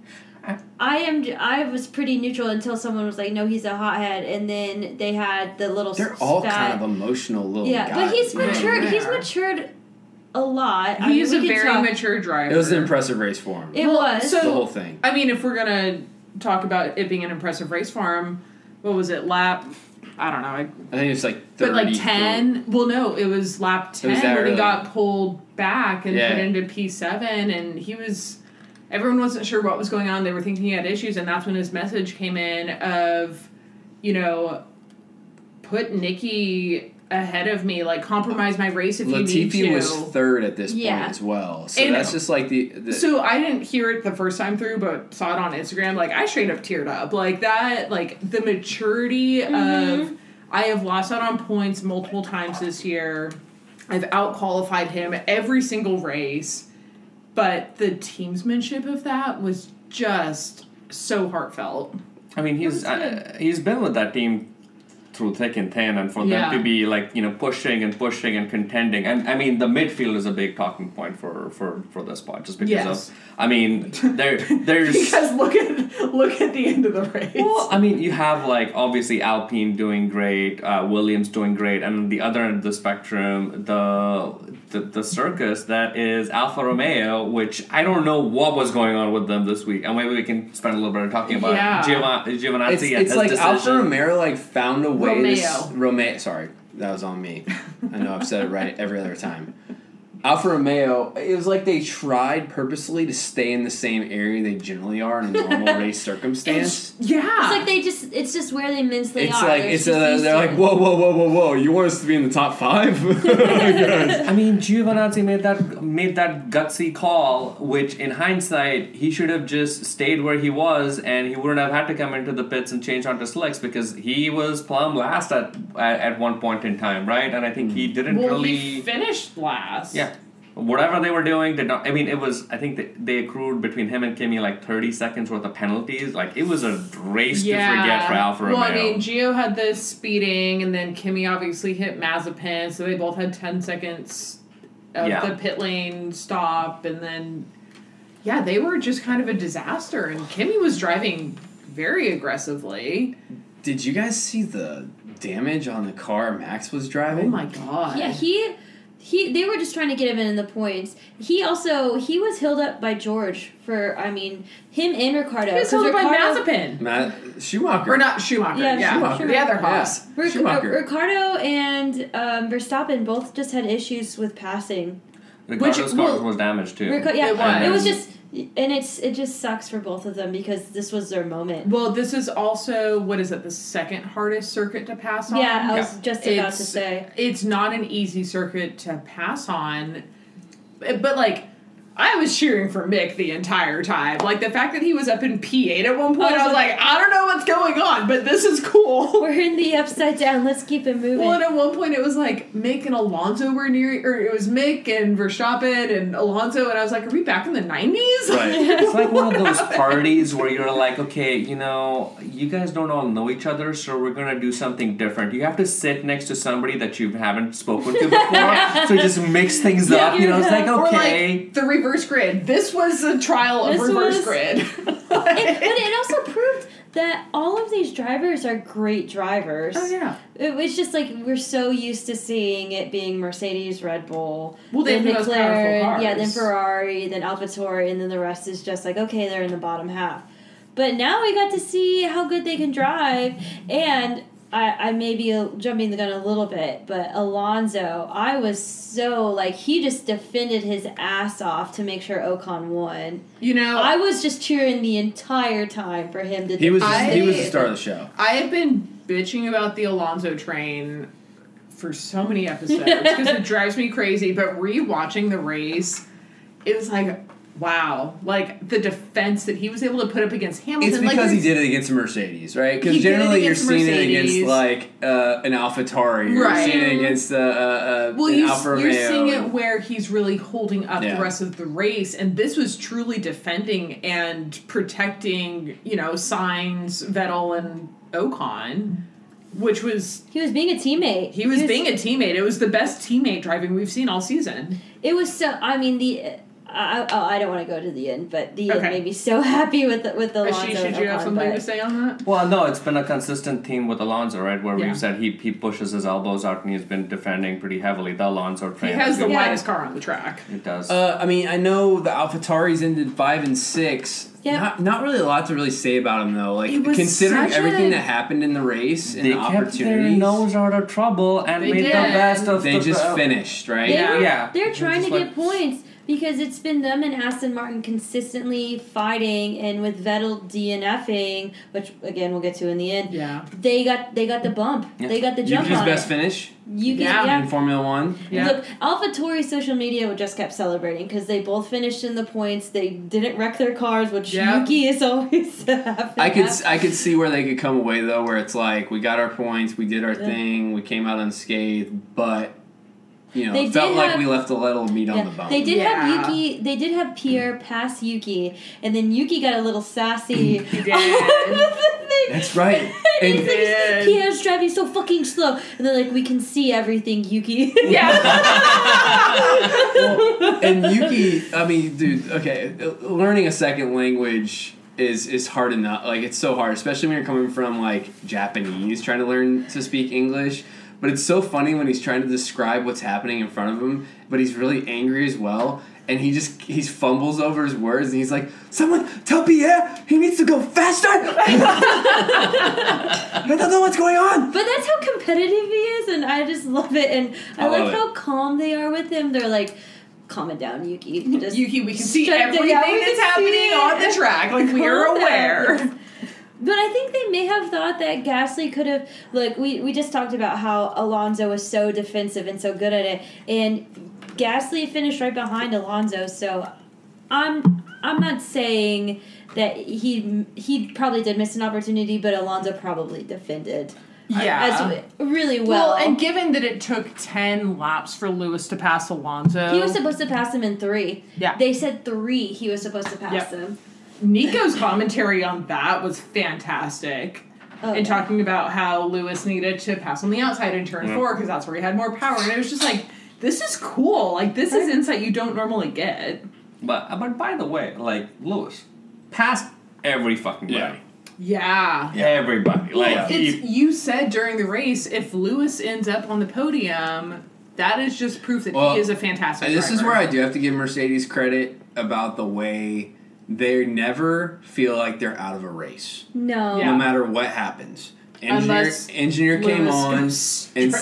S3: I-
S1: I am. j- I was pretty neutral until someone was like, "No, he's a hothead," and then they had the little.
S4: They're all
S1: spat.
S4: kind of emotional little
S1: Yeah,
S4: guys.
S1: but he's
S4: you know?
S1: matured. He's
S2: Yeah.
S1: matured a lot. I mean,
S2: He's
S1: we
S2: a
S1: can
S2: very
S1: talk-
S2: mature driver.
S4: It was an impressive race for him.
S1: It
S2: Well,
S1: was.
S2: so-
S4: the whole thing.
S2: I mean, if we're gonna talk about it being an impressive race for him, what was it? Lap, I don't know. I
S4: I think it's like 30
S2: But like ten, well, no, it was lap ten
S4: was that
S2: when he
S4: early.
S2: got pulled back and
S4: Yeah.
S2: put into P seven, and he was. Everyone wasn't sure what was going on. They were thinking he had issues, and that's when his message came in of, you know, put Nikki ahead of me, like compromise my race if you need
S4: Latifi
S2: to.
S4: was third at this
S1: Yeah.
S4: point as well. So
S2: And-
S4: that's just like the, the
S2: so I didn't hear it the first time through, but saw it on Instagram. Like I straight up teared up. Like that. Like the maturity of I have lost out on points multiple times this year. I've out qualified him every single race, but the teamsmanship of that was just so heartfelt.
S3: I mean, he's uh, he's been with that team through thick and thin, and for
S2: Yeah.
S3: them to be like you know pushing and pushing and contending, and I mean the midfield is a big talking point for for for this part, just because
S2: Yes.
S3: of. I mean, there there's
S2: Because look at look at the end of the race.
S3: Well, I mean, you have like obviously Alpine doing great, uh, Williams doing great, and on the other end of the spectrum, the, the the circus that is Alfa Romeo, which I don't know what was going on with them this week, and maybe we can spend a little bit of talking about
S2: Yeah.
S3: Giova- Giovinazzi
S4: it's,
S3: and
S4: it's
S3: his
S4: like
S3: decision.
S4: Alfa Romeo like found a way to s-
S2: Romeo.
S4: Romeo sorry that was on me I know I've said it right every other time Alfa Romeo, it was like they tried purposely to stay in the same area they generally are in a normal race circumstance.
S2: Yeah.
S1: It's like they just, it's just where they mentally
S4: it's
S1: are.
S4: like
S1: They're
S4: it's
S1: just
S4: a,
S1: used
S4: they're
S1: to
S4: like
S1: it.
S4: whoa whoa whoa whoa whoa you want us to be in the top five?
S3: I mean, Giovinazzi made that made that gutsy call, which in hindsight he should have just stayed where he was, and he wouldn't have had to come into the pits and change onto slicks because he was plumb last at at, at one point in time, right? And I think he didn't
S2: well,
S3: really.
S2: he finished last.
S3: Yeah. Whatever they were doing, did not. I mean, it was. I think they, they accrued between him and Kimmy like thirty seconds worth of penalties. Like it was a race to forget for Alfa
S2: well, I
S3: Romeo.
S2: mean, Gio had the speeding, and then Kimmy obviously hit Mazepin, so they both had 10 seconds of
S3: Yeah.
S2: the pit lane stop, and then, yeah, they were just kind of a disaster, and Kimmy was driving very aggressively.
S4: Did you guys see the damage on the car Max was driving?
S2: Oh my god.
S1: Yeah, he he they were just trying to get him in the points. He also he was held up by George for I mean him and Ricardo.
S2: He was
S1: 'cause
S2: held up by
S1: Ricardo-
S2: Mazepin.
S4: Matt Schumacher.
S2: Or not Schumacher.
S1: Yeah,
S2: Yeah,
S1: Schumacher.
S2: the other
S4: Yeah.
S2: Haas.
S1: Ric-
S4: Schumacher.
S1: Ricardo and um, Verstappen both just had issues with passing.
S3: Ricardo's car
S1: well,
S3: was damaged too.
S1: Rico- yeah,
S2: It was.
S1: it was just and it's it just sucks for both of them because this was their moment.
S2: Well, this is also, what is it, the second hardest circuit to pass on?
S1: Yeah, I was just about to
S2: It's-
S1: say.
S2: it's not an easy circuit to pass on but but, like I was cheering for Mick the entire time. Like the fact that he was up in P8 at one point, I was like, I don't know what's going on, but this is cool.
S1: We're in the upside down. Let's keep it moving.
S2: Well, and at one point it was like Mick and Alonso were near, or it was Mick and Verstappen and Alonso, and I was like, Are we back in the 90s?
S4: Right.
S3: It's like one of those parties where you're like, okay, you know, you guys don't all know each other, so we're gonna do something different. You have to sit next to somebody that you haven't spoken to before, so you just mix things
S1: Yeah,
S3: up. You know, it's like
S2: Or
S3: okay,
S2: like the reverse grid. This was a trial of
S1: This
S2: reverse
S1: was-
S2: grid.
S1: It- but it also proved that all of these drivers are great drivers.
S2: oh yeah.
S1: It was just like we're so used to seeing it being Mercedes, Red Bull,
S2: Well, they
S1: then
S2: have the most powerful
S1: McLaren, yeah, then
S2: cars.
S1: Ferrari, then AlphaTauri, and then the rest is just like okay, they're in the bottom half. But now we got to see how good they can drive, and I, I may be uh, jumping the gun a little bit, but Alonso, I was so like he just defended his ass off to make sure Ocon won.
S2: You know,
S1: I was just cheering the entire time for him to.
S4: He was
S2: I-
S4: he was the star of the show.
S2: I have been bitching about the Alonzo train for so many episodes because it drives me crazy. But rewatching the race, it was like, wow, like the defense that he was able to put up against Hamilton.
S4: It's because
S2: like,
S4: he did it against Mercedes, right?
S2: He
S4: Because
S2: did it
S4: generally you're
S2: against
S4: seeing it
S2: Mercedes.
S4: against like uh, an AlphaTauri, you're
S2: Right.
S4: seeing it against uh, uh, uh,
S2: Well,
S4: an
S2: you,
S4: Alfa
S2: you're
S4: Romeo.
S2: seeing it where he's really holding up
S4: Yeah.
S2: the rest of the race, and this was truly defending and protecting, you know, Signs, Vettel, and Ocon, which was
S1: he was being a teammate.
S2: he was being a teammate. It was the best teammate driving we've seen all season.
S1: It was so. I mean, the. I, I- oh, I don't want to go to the end, but the
S2: Okay.
S1: end made me so happy with the, with Alonso.
S2: Ashish,
S1: and
S2: did you have
S1: Ocon,
S2: something to
S1: but-
S2: say on that?
S3: Well, no, it's been a consistent theme with Alonso, right? Where
S2: Yeah.
S3: we've said he he pushes his elbows out and he's been defending pretty heavily the Alonso
S2: He
S3: train.
S2: has the
S1: Yeah.
S2: lightest car on the track.
S3: it does.
S4: Uh, I mean, I know the AlphaTauri's ended five and six.
S1: Yeah.
S4: Not, not really a lot to really say about him though. Like
S2: It was
S4: considering
S2: such
S4: everything
S2: a-
S4: that happened in the race and
S3: they
S4: the
S3: kept their
S4: opportunities,
S3: nose out of trouble and
S2: They
S3: made
S2: did.
S3: the best of.
S4: they
S3: the,
S4: just
S3: uh,
S4: finished right.
S1: They
S2: Yeah.
S1: were,
S3: Yeah.
S1: They're
S3: They're
S1: trying to
S3: just
S1: get
S3: like-
S1: points because it's been them and Aston Martin consistently fighting, and with Vettel DNFing, which again we'll get to in the end.
S2: Yeah.
S1: They got they got the bump.
S3: Yeah.
S1: They got the jump
S4: Yuki's
S1: on
S4: best
S1: it.
S4: finish
S1: You get
S2: Yeah.
S1: yeah.
S4: in Formula One.
S2: Yeah.
S1: Look, AlphaTauri social media just kept celebrating because they both finished in the points. They didn't wreck their cars, which
S2: Yeah.
S1: Yuki is always happy.
S4: I could
S1: about.
S4: I could see where they could come away though, where it's like we got our points, we did our
S1: Yeah.
S4: thing, we came out unscathed, but you know,
S1: They
S4: it felt
S1: did
S4: like
S1: have-
S4: we left a little meat
S1: Yeah,
S4: on the bone. Mm.
S1: They did have
S2: Yeah.
S1: Yuki. They did have Pierre pass Yuki, and then Yuki got a little sassy. he
S2: did.
S4: That's right.
S1: And he's
S4: And
S1: like,
S2: did.
S1: Pierre's driving so fucking slow, and they're like, "We can see everything, Yuki."
S4: well, and Yuki, I mean, dude, okay, learning a second language is is hard enough. Like it's so hard, especially when you're coming from like Japanese trying to learn to speak English. But it's so funny when he's trying to describe what's happening in front of him, but he's really angry as well. And he just he fumbles over his words, and he's like, "Someone tell Pierre he needs to go faster." I don't know what's going on.
S1: but that's how competitive he is, and I just love it. And I,
S4: I
S1: like
S4: love it.
S1: how calm they are with him. They're like. calm it down, Yuki. You can just
S2: Yuki, we can see
S1: Shut it down.
S2: everything
S1: Yeah, we
S2: that's
S1: can see
S2: happening on
S1: it.
S2: the track. Like we are
S1: Calm down.
S2: aware.
S1: Yes. But I think they may have thought that Gasly could have like we, we just talked about how Alonso was so defensive and so good at it and Gasly finished right behind Alonso so I'm I'm not saying that he he probably did miss an opportunity but Alonso probably defended
S2: Yeah.
S1: as really well.
S2: well, and given that it took ten laps for Lewis to pass Alonso,
S1: he was supposed to pass him in 3.
S2: Yeah.
S1: They said 3 he was supposed to pass
S2: Yep.
S1: him.
S2: Nico's commentary on that was fantastic.
S1: Oh,
S2: and
S1: yeah.
S2: talking about how Lewis needed to pass on the outside in turn
S3: Yeah.
S2: four because that's where he had more power. And it was just like, this is cool. Like, this is insight you don't normally get.
S3: But but by the way, like Lewis, passed every fucking
S4: Yeah.
S3: buddy.
S2: Yeah.
S3: Everybody. Like
S2: It's,
S3: he-
S2: you said during the race, if Lewis ends up on the podium, that is just proof that
S4: Well,
S2: he is a fantastic.
S4: And this is
S2: driver.
S4: where I do have to give Mercedes credit about the way they never feel like they're out of a race,
S1: No.
S2: Yeah.
S4: no matter what happens. Engineer,
S2: Unless
S4: engineer came
S2: Lewis
S4: on and
S2: goes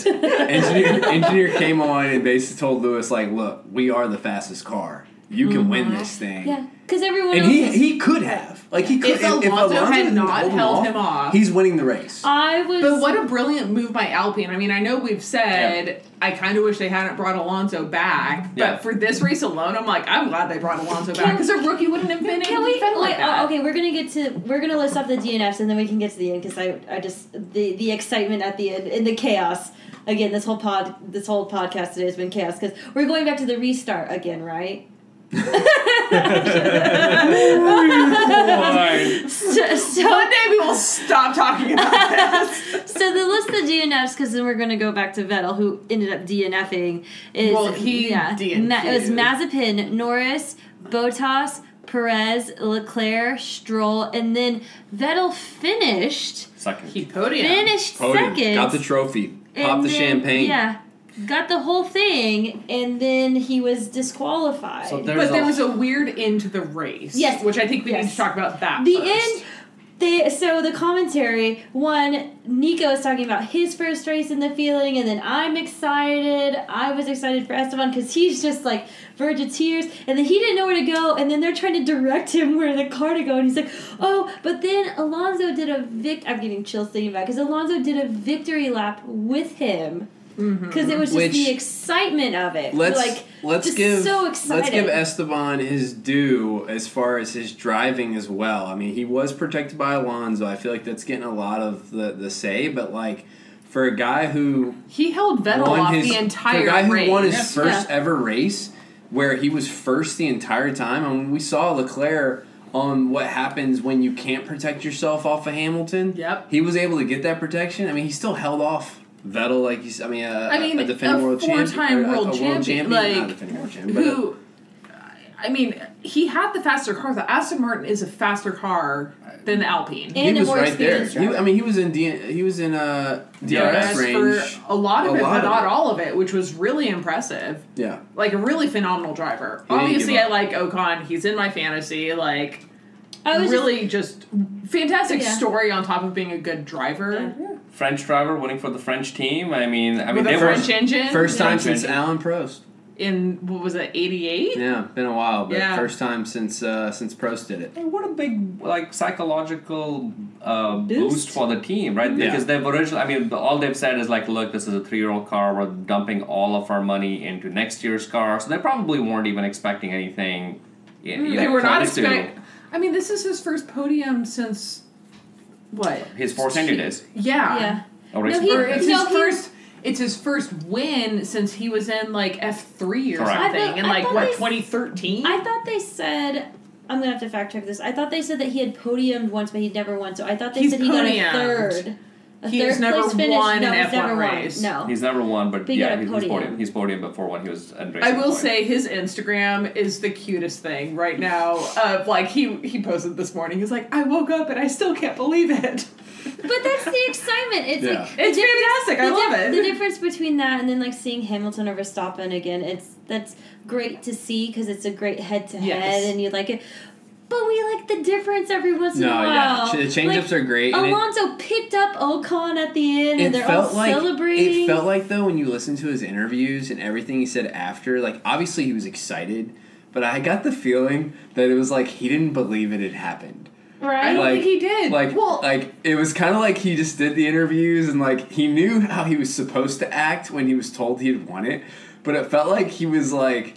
S2: straight.
S4: engineer, engineer came on and basically told Lewis, like, look, we are the fastest car. You can win
S2: Mm-hmm.
S4: this thing.
S1: Yeah, cuz everyone
S4: And
S1: else
S4: he
S1: was-
S4: he could have. Like he could
S2: If Alonso had
S4: didn't
S2: not
S4: hold
S2: held him off.
S4: He's winning the race.
S1: I was
S2: But what a brilliant move by Alpine. I mean, I know we've said I kind of wish they hadn't brought Alonso back,
S3: Yeah.
S2: but for this race alone, I'm like, I'm glad they brought Alonso back because a rookie wouldn't have been
S1: Can
S2: able
S1: we?
S2: to defend like
S1: wait,
S2: that.
S1: oh, okay, we're gonna get to we're gonna list off the DNFs and then we can get to the end because I, I just the the excitement at the end and the chaos again. This whole pod this whole podcast today has been chaos because we're going back to the restart again, right?
S3: Why?
S1: So, so,
S2: One day we will stop talking about this.
S1: so the list of DNFs because then we're gonna go back to Vettel who ended up DNFing is
S2: Well, he
S1: yeah
S2: DNF'd.
S1: Ma- it was Mazepin, Norris, Botas. Perez, Leclerc, Stroll, and then Vettel finished
S3: Second.
S2: He podium.
S1: finished
S4: Podium.
S1: second.
S4: Got the trophy. Pop
S1: And
S4: the
S1: then-
S4: champagne.
S1: Yeah. Got the whole thing, and then he was disqualified.
S3: So there-
S2: But there
S3: a-
S2: was a weird end to the race.
S1: Yes.
S2: Which I think we need
S1: Yes.
S2: to talk about that.
S1: the
S2: first.
S1: end. They, so the commentary one Nico is talking about his first race and the feeling, and then I'm excited. I was excited for Esteban because he's just like verge of tears, and then he didn't know where to go, and then they're trying to direct him where the car to go, and he's like, oh, but then Alonso did a vict. I'm getting chills thinking about because Alonso did a victory lap with him. Because it was just
S4: Which-
S1: the excitement of it.
S4: Let's
S1: like
S4: let's
S1: just
S4: give
S1: so excited.
S4: let's give Esteban his due as far as his driving as well. I mean, he was protected by Alonso. I feel like that's getting a lot of the, the say, but like for a guy who
S2: He held Vettel
S4: won
S2: off
S4: his
S2: the entire
S4: for a guy who
S2: race.
S4: won his
S3: Yes.
S4: first
S1: Yeah.
S4: ever race where he was first the entire time. I mean, we saw Leclerc on what happens when you can't protect yourself off of Hamilton.
S2: Yep.
S4: He was able to get that protection. I mean, he still held off Vettel like he's I mean, a,
S2: I mean,
S4: a defending
S2: a
S4: world champion,
S2: four-time
S4: or a-
S2: world
S4: a world
S2: champion,
S4: champion, not
S2: like,
S4: a defending world champion, but a-
S2: who I mean, he had the faster car. The Aston Martin is a faster car than the Alpine.
S1: And
S4: he
S1: a
S4: was
S1: more
S4: right there.
S1: experienced
S4: He-
S1: driver.
S4: I mean, he was in D, he was in uh, DRS
S3: DRS
S4: range.
S2: for a lot of
S4: A
S2: it,
S4: lot
S2: but
S4: of
S2: not
S4: it.
S2: all of it, which was really impressive.
S4: yeah,
S2: Like a really phenomenal driver.
S4: He didn't
S2: Obviously,
S4: give
S2: I
S4: up.
S2: like Ocon. He's in my fantasy. Like,
S1: I was just-
S2: really just, fantastic
S1: Yeah.
S2: story on top of being a good driver
S3: French driver winning for the French team. I mean, I mean
S2: with
S3: they
S2: a French
S3: were
S2: engine.
S4: first time
S3: Yeah.
S4: since Alan Prost.
S2: in what was it, '88?
S4: Yeah, been a while, but
S2: Yeah.
S4: first time since uh, since Prost did it.
S3: Hey, what a big like psychological uh, boost.
S1: Boost.
S3: for the team, right?
S4: Yeah.
S3: Because they've originally, I mean, all they've said is like, look, this is a three-year-old car. We're dumping all of our money into next year's car, so they probably weren't even expecting anything. You know,
S2: Mm, They were not
S3: close to
S2: expecting. I mean, this is his first podium since what?
S3: his four hundred days.
S2: Yeah.
S1: yeah.
S3: Or
S1: No,
S3: race
S1: he-
S2: Or
S3: car.
S2: it's
S1: No,
S2: his
S1: he-
S2: first. It's his first win since he was in like F three or
S3: Correct. I
S2: something
S1: thought-
S2: in
S1: I
S2: like
S1: thought
S2: what
S1: they-
S2: 2013.
S1: I thought they said I'm gonna have to fact check this. I thought they said that he had podiumed once, but he'd never won. So I thought they
S2: He's
S1: said he got a
S2: podiumed.
S1: third. A
S2: He's
S1: third
S2: never
S1: place finish.
S2: won
S1: no,
S2: an
S1: he's
S2: F1
S1: never won.
S2: race.
S1: No.
S3: He's never won, but,
S1: But he
S3: yeah,
S1: got Oh. a
S3: he's he's
S1: podium.
S3: podium. He's podium before when he was. in
S2: I
S3: Racing
S2: will
S3: Point.
S2: say his Instagram is the cutest thing right now. Of like he he posted this morning. He's like, I woke up and I still can't believe it.
S1: but that's the excitement. It's
S4: Yeah.
S1: like the
S2: It's
S1: difference-
S2: fantastic. I
S1: the
S2: love
S1: dif- The
S2: it.
S1: difference between that and then like seeing Hamilton over Verstappen again, it's that's great to see because it's a great head to head
S2: Yes.
S1: and you like it. But we like the difference every once in a
S4: No, yeah,
S1: while.
S4: Ch- the change-ups
S1: Like,
S4: are great. and it-
S1: Alonso picked up Ocon at the end, and they're all celebrating.
S4: It felt like though when you listened to his interviews and everything he said after, like obviously he was excited, but I got the feeling that it was like he didn't believe it had happened.
S2: I
S1: right?
S2: don't
S4: like,
S2: think he did.
S4: Like,
S2: Well-
S4: like it was kind of like he just did the interviews and like he knew how he was supposed to act when he was told he had won it, but it felt like he was like,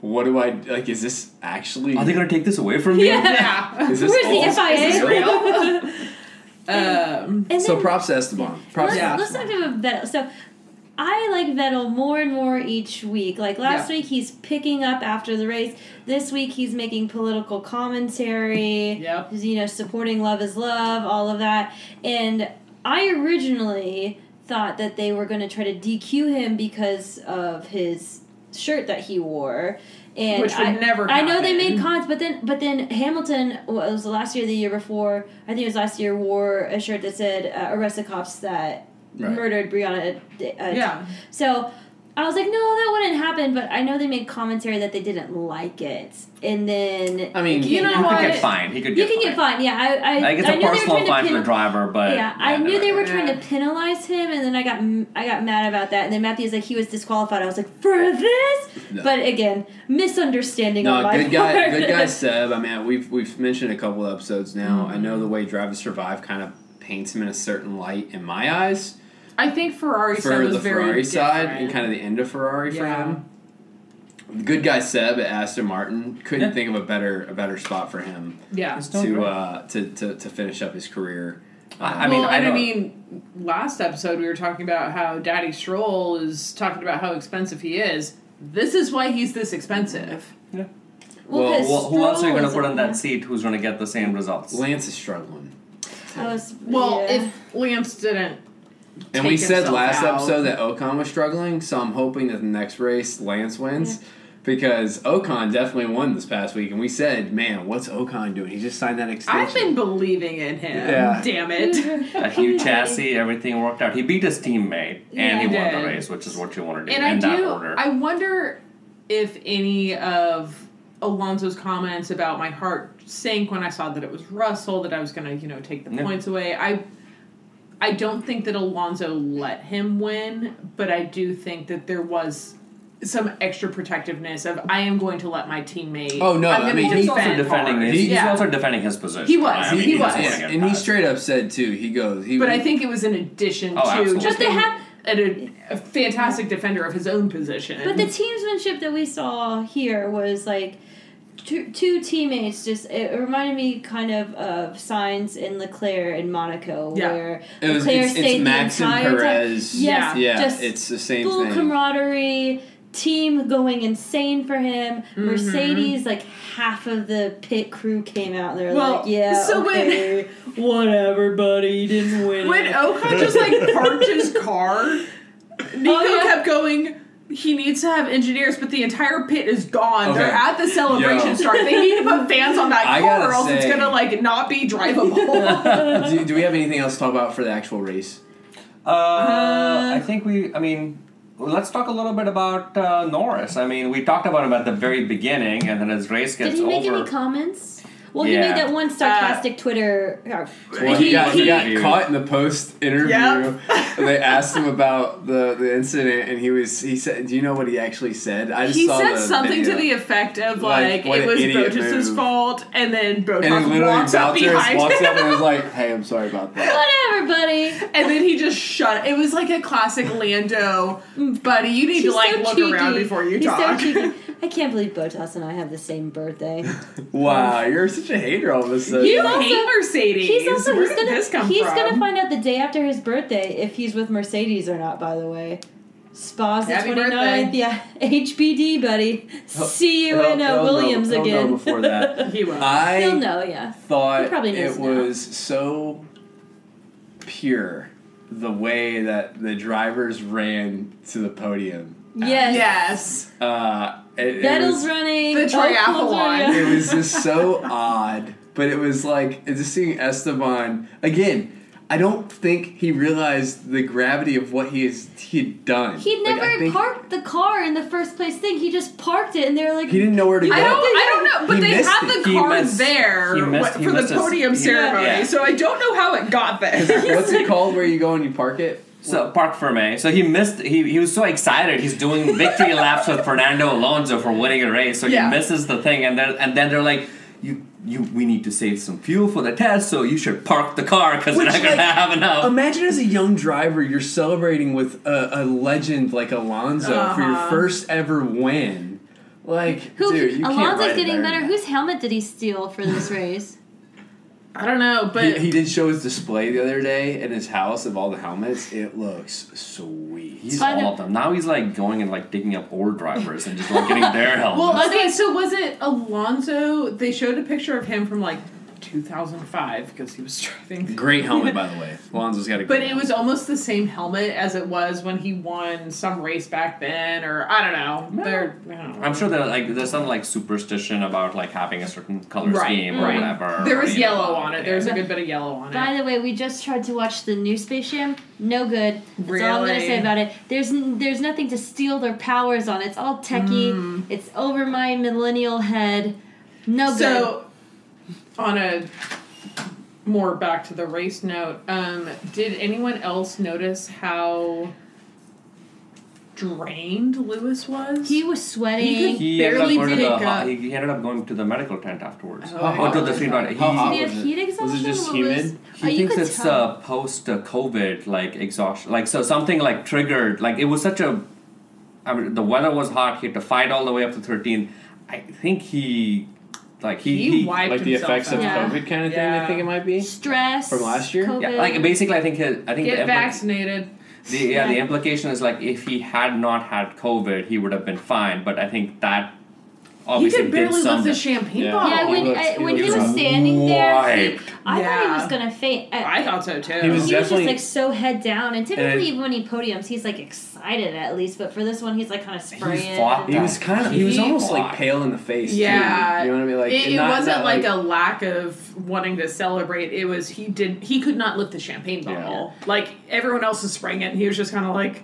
S4: "What do I like? Is this actually?
S3: Are they gonna take this away from me?
S1: Yeah.
S2: yeah.
S4: is this
S1: Where's the
S4: all-
S1: FIA?
S4: is this real?"
S2: um,
S1: and
S4: So
S1: then-
S4: props to Esteban. Props
S1: let's,
S2: Yeah.
S4: to
S1: let's talk
S4: Esteban.
S1: about Vettel. So I like Vettel more and more each week. Like last
S2: Yeah.
S1: week, he's picking up after the race. This week, he's making political commentary.
S2: Yep.
S1: He's, You know, supporting love is love, all of that. And I originally thought that they were going to try to DQ him because of his shirt that he wore. And
S2: Which would
S1: I,
S2: never
S1: I know they
S2: happen.
S1: made cons, but then but then Hamilton well, it was the last year, or the year before. I think it was last year. Wore a shirt that said uh, "Arrest the cops that
S4: Right.
S1: murdered Brianna." Uh,
S2: yeah.
S1: So I was like, no, that wouldn't happen. But I know they made commentary that they didn't like it, and then
S4: I mean,
S2: You know
S3: He could
S2: what?
S3: get fined. He could
S1: you
S3: get
S1: can
S3: fined.
S1: get fined. Yeah, I I,
S3: Like it's
S1: I
S3: a
S1: knew they were
S3: personal
S1: trying
S3: fine
S1: to
S3: for the
S1: penalize.
S3: driver, but
S1: Yeah, I knew they were trying
S2: Yeah.
S1: to penalize him, and then I got m- I got mad about that. And then Matthew's like, he was disqualified. I was like, for this.
S4: No.
S1: But again, misunderstanding on
S4: No,
S1: my
S4: good guy,
S1: part.
S4: good guy Seb. I mean, we've we've mentioned a couple episodes now. I know the way Drive to Survive kind of paints him in a certain light in my eyes
S2: I think Ferrari side
S4: for
S2: was
S4: the
S2: very
S4: Ferrari side
S2: different.
S4: and kind of the end of Ferrari
S2: Yeah.
S4: for him. Good guy Seb at Aston Martin couldn't
S3: Yeah.
S4: think of a better a better spot for him
S2: yeah.
S3: It's doing
S4: to
S3: great.
S4: uh, to, to to finish up his career.
S3: I- I
S4: Um,
S3: mean,
S2: well, and I
S3: don't-
S2: mean, last episode we were talking about how Daddy Stroll is talking about how expensive he is. This is why he's this expensive.
S1: Well,
S4: Well,
S1: 'cause
S3: Well, who else are you
S1: Stroll
S3: going to
S1: is
S3: put on
S1: in
S3: that seat who's going to get the same results?
S4: Lance is struggling.
S1: there. I was,
S2: Well,
S1: yeah.
S2: if Lance didn't,
S4: And we
S2: take
S4: said
S2: himself
S4: last
S2: out.
S4: episode that Ocon was struggling, so I'm hoping that the next race Lance wins. Because Ocon definitely won this past week, and we said, "Man, what's Ocon doing? He just signed that extension."
S2: I've been believing in him.
S4: Yeah.
S2: Damn it.
S3: A huge chassis, everything worked out. He beat his teammate,
S1: Yeah,
S3: and he
S2: he
S3: won
S2: did.
S3: the race, which is what you want to do
S2: and
S3: in
S2: I
S3: that
S2: do.
S3: order.
S2: I wonder if any of Alonso's comments about my heart sank when I saw that it was Russell that I was going to, you know, take the
S3: Yeah.
S2: points away. I I don't think that Alonso let him win, but I do think that there was some extra protectiveness of I am going to let my teammate.
S4: Oh, no,
S2: I'm
S4: I
S2: gonna
S4: mean,
S3: he's
S4: he's
S2: defend
S3: also defending
S2: hard.
S3: his. He's
S2: yeah.
S3: also defending his position.
S2: He was,
S3: I mean,
S2: he
S3: he's
S2: was.
S3: gonna
S4: yeah,
S3: get
S4: and he
S3: past.
S4: straight up said too. He goes, he,
S2: but I think it was in addition
S3: Oh,
S2: to
S3: absolutely.
S2: just
S1: But they
S2: being
S1: have-
S2: an- a, fantastic defender of his own position.
S1: But the teamsmanship that we saw here was like two, two teammates. Just it reminded me kind of of signs in Leclerc in Monaco,
S2: Yeah.
S1: where
S4: It was-
S1: Leclerc
S4: it's- it's
S1: stayed the
S4: Max and
S1: entire time-
S4: Perez.
S1: Yes,
S4: yeah,
S1: just
S4: it's the same
S1: full
S4: thing.
S1: camaraderie. Team going insane for him.
S2: Mm-hmm.
S1: Mercedes, like half of the pit crew came out. They're
S2: Well,
S1: like, "Yeah,
S2: so when-
S1: okay, whatever, buddy, you didn't win."
S2: When uh,
S1: it."
S2: Oka just like parked his car, Nico
S1: Oh, yeah.
S2: kept going. He needs to have engineers, but the entire pit is gone. They're
S4: Okay.
S2: at the celebration
S4: Yo.
S2: start. They need to put fans on that
S4: I
S2: car,
S4: gotta
S2: or else it's
S4: say-
S2: gonna like not be drivable.
S4: do, do we have anything else to talk about for the actual race?
S3: Uh, I think we. I mean, let's talk a little bit about uh, Norris. I mean, we talked about him at the very beginning, and then his race
S1: Did
S3: gets
S1: he make
S3: over.
S1: any comments? Well, he
S3: Yeah.
S1: made that one
S2: Uh,
S1: sarcastic Twitter. uh, or-
S4: Well,
S2: He-
S4: he, got, he
S2: he-
S4: got caught in the post interview.
S2: Yep.
S4: and they asked him about the, the incident, and he was he said, "Do you know what he actually said?" I just
S2: he
S4: saw
S2: said
S4: the
S2: something
S4: video.
S2: to the effect of like,
S4: Like, what
S2: it
S4: an
S2: was
S4: idiot
S2: Botas's
S4: move.
S2: fault, and then
S4: and then
S2: Botas
S4: literally
S2: walks up
S4: Valtteri
S2: behind
S4: walks
S2: him.
S4: up and was like, "Hey, I'm sorry about that."
S1: Whatever, buddy.
S2: And then he just shut. It was like a classic Lando, buddy. You need
S1: She's
S2: to like
S1: so
S2: look
S1: cheeky.
S2: around before you
S1: He's
S2: talk.
S1: So cheeky. I can't believe Botas and I have the same birthday.
S4: Wow, you're such a hater all of a sudden.
S2: You
S1: also-
S2: hate Mercedes.
S1: He's also
S2: Where
S1: he's
S2: did
S1: gonna
S2: this come
S1: he's
S2: from?
S1: gonna find out the day after his birthday if he's with Mercedes or not. By the way, Spa's the
S2: Happy
S1: 29th.
S2: birthday.
S1: Yeah, HBD buddy. See you in uh, Williams
S4: he'll
S1: again.
S4: Know before that,
S2: He will.
S4: I
S1: he'll know. Yeah. He
S4: thought
S1: probably knows
S4: it
S1: now.
S4: was so pure the way that the drivers ran to the podium.
S1: Yes.
S2: yes.
S4: Uh, it, it
S1: Vettel's
S4: was-
S1: running. Oh,
S2: The
S1: Ocon's
S2: triathlon.
S1: running.
S4: it was just so odd. But it was like it's just seeing Esteban again. I don't think he realized the gravity of what he is he had done.
S1: He
S4: Like, I
S1: never
S4: think
S1: parked the car in the first place thing. He just parked it, and they were like,
S4: He didn't know where to go.
S2: I don't, I don't know, but
S4: He
S2: they
S4: missed
S2: had
S4: it.
S2: the
S3: He
S2: car
S3: missed-
S2: there
S3: he missed-
S2: wh-
S3: he
S2: for the
S3: missed his-
S2: podium
S3: yeah.
S2: ceremony,
S3: Yeah.
S2: so I don't know how it got there.
S4: What's it called where you go and you park it?
S3: So Park Ferme. So he missed. He, he was so excited. He's doing victory laps with Fernando Alonso for winning a race. So
S2: Yeah.
S3: he misses the thing, and then and then they're like, "You you we need to save some fuel for the test. So you should park the car because we're
S4: Which,
S3: not gonna
S4: like,
S3: have enough."
S1: um,
S4: Imagine as a young driver, you're celebrating with a, a legend like Alonso for your
S2: Uh-huh.
S4: first ever win. Like,
S1: "Who?
S4: dude, you can't
S1: Alonso's
S4: ride
S1: getting
S4: there.
S1: better. Whose helmet did he steal for this race?
S2: I don't know,
S4: He,
S2: but
S4: he did show his display the other day in his house of all the helmets. It looks sweet.
S3: He's
S1: By the-
S3: all of them. Now he's like going and like digging up old drivers and just like getting their help.
S2: well, okay. So was it Alonso? They showed a picture of him from like 2005 because he was driving.
S4: Great helmet, by the way. Alonso's got a.
S2: But
S4: great
S2: it was almost the same helmet as it was when he won some race back then, or I don't know. They're, I don't know.
S3: I'm sure that like there's some like superstition about like having a certain color
S2: Right,
S3: scheme or
S2: right.
S3: whatever.
S2: There
S3: or,
S2: was
S3: you know,
S2: yellow on it. There was a
S3: yeah.
S2: good bit of yellow on
S1: By
S2: it.
S1: the way, we just tried to watch the new Space Jam. No good. That's all I'm gonna
S2: Really?
S1: say about it. There's n- there's nothing to steal their powers on. It's all techie. It's over my millennial head. No good.
S2: So, on a more back to the race note, um, did anyone else notice how drained Lewis was?
S1: He was sweating.
S2: He could-
S3: He ended, up
S2: Barely
S3: going to
S2: pick
S3: the,
S2: up.
S3: ho- he he ended up going to the medical tent afterwards.
S2: Oh,
S4: How
S3: oh,
S4: hot
S3: to
S4: was
S3: the
S4: it?
S3: street ride.
S4: How
S1: Did
S4: hot
S3: He-
S1: he
S4: was
S1: have
S4: it?
S1: heat exhaustion?
S4: Was it just
S1: What
S4: humid?
S1: oh,
S3: He
S1: you
S3: thinks
S1: could
S3: it's
S1: tell.
S3: uh, post uh, COVID like exhaustion, like so something like triggered. Like it was such a, I mean, the weather was hot. He had to fight all the way up to thirteen. I think he, like he,
S2: He wiped
S4: like the
S2: himself
S4: effects of
S2: out.
S1: Yeah.
S4: COVID kind of thing. I
S2: Yeah.
S4: think it might be.
S1: stress
S4: uh, From last year?
S1: COVID.
S3: yeah, like basically, I think his, I think the,
S2: Get
S3: impli-
S2: vaccinated.
S3: the yeah the implication is like if he had not had COVID, he would have been fine. But I think that
S2: He
S3: obviously
S2: could barely
S3: did some.
S2: lift the champagne
S4: Yeah.
S2: bottle.
S1: yeah,
S4: he
S1: when,
S4: looks-
S1: I,
S4: he
S1: when he
S4: looks
S1: was standing there, he,
S3: wiped.
S1: I thought he
S2: Yeah.
S1: was gonna faint. Uh,
S2: I thought so too.
S4: He was
S1: he was just
S4: definitely-
S1: like so head down, and
S3: And
S1: typically
S3: it-
S1: even when he podiums, he's like excited at least. But for this one, he's like kind of spraying.
S3: fought
S4: He was kind of. He was
S2: He-
S4: almost like pale in the face. too.
S2: Yeah.
S4: you know what I mean. Like
S2: it,
S4: and
S2: it
S4: not-
S2: wasn't
S4: not
S2: like, a lack of wanting to celebrate. It was he did he could not lift the champagne
S4: Yeah.
S2: bottle. Like everyone else was spraying it, and he was just kind of like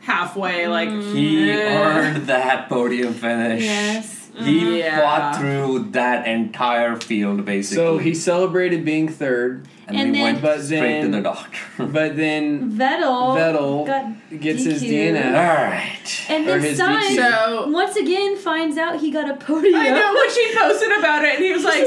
S2: halfway. Like
S1: Mm.
S3: He
S2: eh.
S3: earned that podium finish.
S1: Yes. Mm-hmm.
S3: He
S2: Yeah.
S3: fought through that entire field basically.
S4: So he celebrated being third,
S3: and,
S1: And
S3: we
S1: then-
S3: went
S4: But
S3: straight to
S4: then-
S3: the doctor.
S4: but then
S1: Vettel.
S4: Vettel
S1: got
S4: gets his
S1: DQ'd.
S3: All
S4: DNF.
S3: right.
S1: And
S4: Or
S1: then
S4: his
S1: Stein
S4: DQ.
S2: So-
S1: once again finds out he got a podium.
S2: I know when she posted about it, and he was like.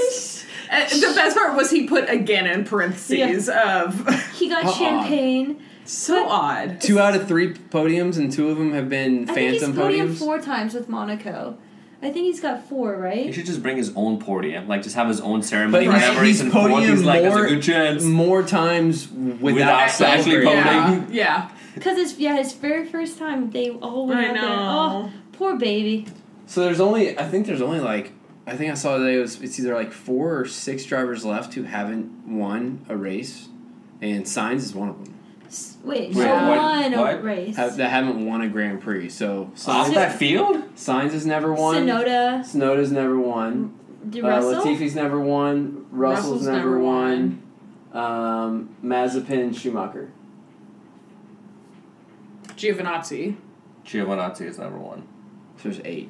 S2: and the best part was he put again in parentheses of
S1: He got
S4: How odd.
S1: champagne.
S2: so odd.
S4: Two out of three podiums, and two of them have been
S1: I think he's
S4: phantom
S1: podium
S4: podiums.
S1: four times with Monaco. I think he's got four,
S3: He
S1: right?
S3: should just bring his own podium, like just have his own
S4: But
S3: ceremony.
S4: he's,
S3: Whenever
S4: he's
S3: in fourth, he's
S4: podium
S3: like,
S4: more,
S3: "There's a good chance."
S4: more times without,
S3: Without actually
S4: celebrating.
S3: voting.
S2: Yeah, yeah.
S1: Because it's yeah, his very first time they all went
S2: I
S1: out there.
S2: know.
S1: Oh, poor baby.
S4: So there's only I think there's only like I think I saw today it was it's either like four or six drivers left who haven't won a race, and Signs is one of them
S1: S- Wait,
S3: Wait,
S1: she
S3: what-
S1: won a
S3: what?
S1: race.
S4: have, that haven't won a Grand Prix. So
S3: Off
S4: Signs,
S1: So-
S3: that field?
S4: Signs has never won.
S1: Sonoda,
S4: Sonoda's never won.
S1: De
S4: Uh,
S1: Russell.
S4: Latifi's never won.
S2: Russell's
S4: Russell's, never
S2: never
S4: won. Um, Mazepin, Schumacher.
S2: Giovinazzi.
S3: Giovinazzi is number one.
S4: So there's eight.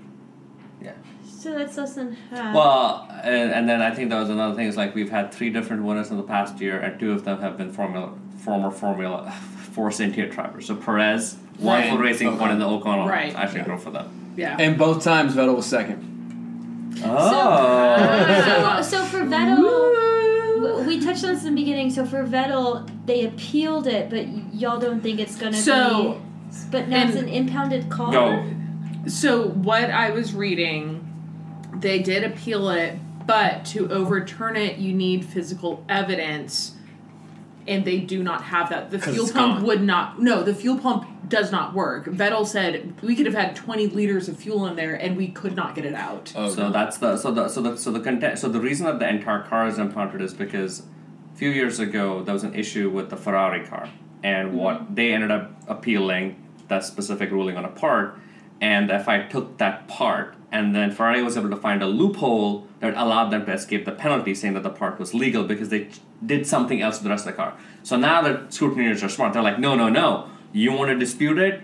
S1: so that's less than half.
S3: Well, and, and then I think that was another thing. Is like we've had three different winners in the past year, and two of them have been formula, former Formula Force India drivers. So Perez, one for
S4: Right.
S3: Racing, one in the O'Connell.
S2: Right.
S3: I should
S4: Yeah.
S3: go for them.
S2: Yeah.
S4: And both times Vettel was second. Uh,
S2: uh,
S3: Oh.
S1: So, so for Vettel, w- we touched on this in the beginning. So for Vettel, they appealed it, but y- y'all don't think it's gonna
S2: So-
S1: be. But now it's
S2: and-
S1: an impounded car.
S3: Go.
S2: So what I was reading, they did appeal it, but to overturn it, you need physical evidence, and they do not have that. The
S4: 'Cause
S2: fuel
S4: it's
S2: pump
S4: gone.
S2: would not. No, the fuel pump does not work. Vettel said we could have had twenty liters of fuel in there, and we could not get it out.
S4: Oh,
S3: So that's the so the so the so the content so the reason that the entire car is impounded is because a few years ago there was an issue with the Ferrari car and what they ended up appealing that specific ruling on a part and if I took that part, and then Ferrari was able to find a loophole that allowed them to escape the penalty, saying that the part was legal because they ch- did something else to the rest of the car. So now the scrutineers are smart. They're like, no, no, no. You want to dispute it?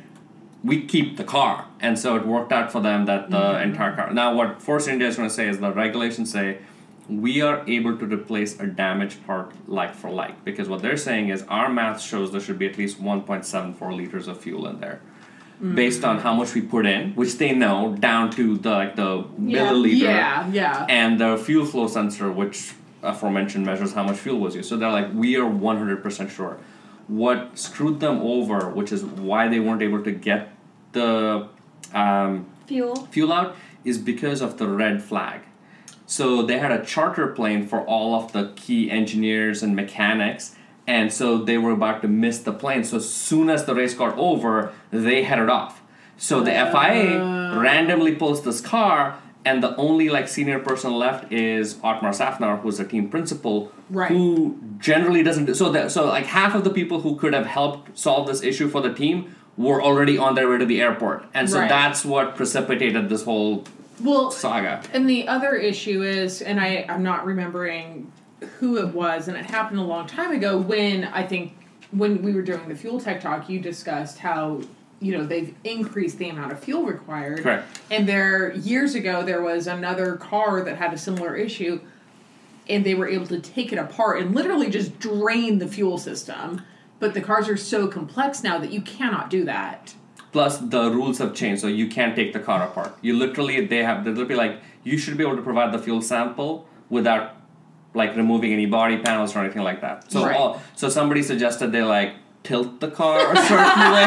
S3: We keep the car. And so it worked out for them that the entire car. Now, what Force India is going to say is the regulations say we are able to replace a damaged part like for like because what they're saying is our math shows there should be at least 1.74 liters of fuel in there based on how much we put in which they know down to the like the
S1: Yeah.
S3: milliliter
S2: Yeah, yeah.
S3: and the fuel flow sensor, which aforementioned measures how much fuel was used. So they're like, we are 100% sure. What screwed them over, which is why they weren't able to get the um,
S1: Fuel.
S3: fuel out, is because of the red flag. So they had a charter plane for all of the key engineers and mechanics. And so they were about to miss the plane. So as soon as the race got over, they headed off. So the FIA randomly pulls this car, and the only like senior person left is Otmar Safnar, who's the team principal,
S2: Right.
S3: who generally doesn't. So that so like half of the people who could have helped solve this issue for the team were already on their way to the airport, and so
S2: Right.
S3: that's what precipitated this whole
S2: well,
S3: saga.
S2: And the other issue is, and I, I'm not remembering who it was, and it happened a long time ago when I think when we were doing the fuel tech talk, you discussed how you know they've increased the amount of fuel required.
S3: Correct.
S2: And there years ago there was another car that had a similar issue and they were able to take it apart and literally just drain the fuel system. But the cars are so complex now that you cannot do that.
S3: plus the rules have changed so you can't take the car apart you literally they have they'll be like you should be able to provide the fuel sample without like removing any body panels or anything like that so
S2: Right.
S3: all, so somebody suggested they like tilt the car a certain way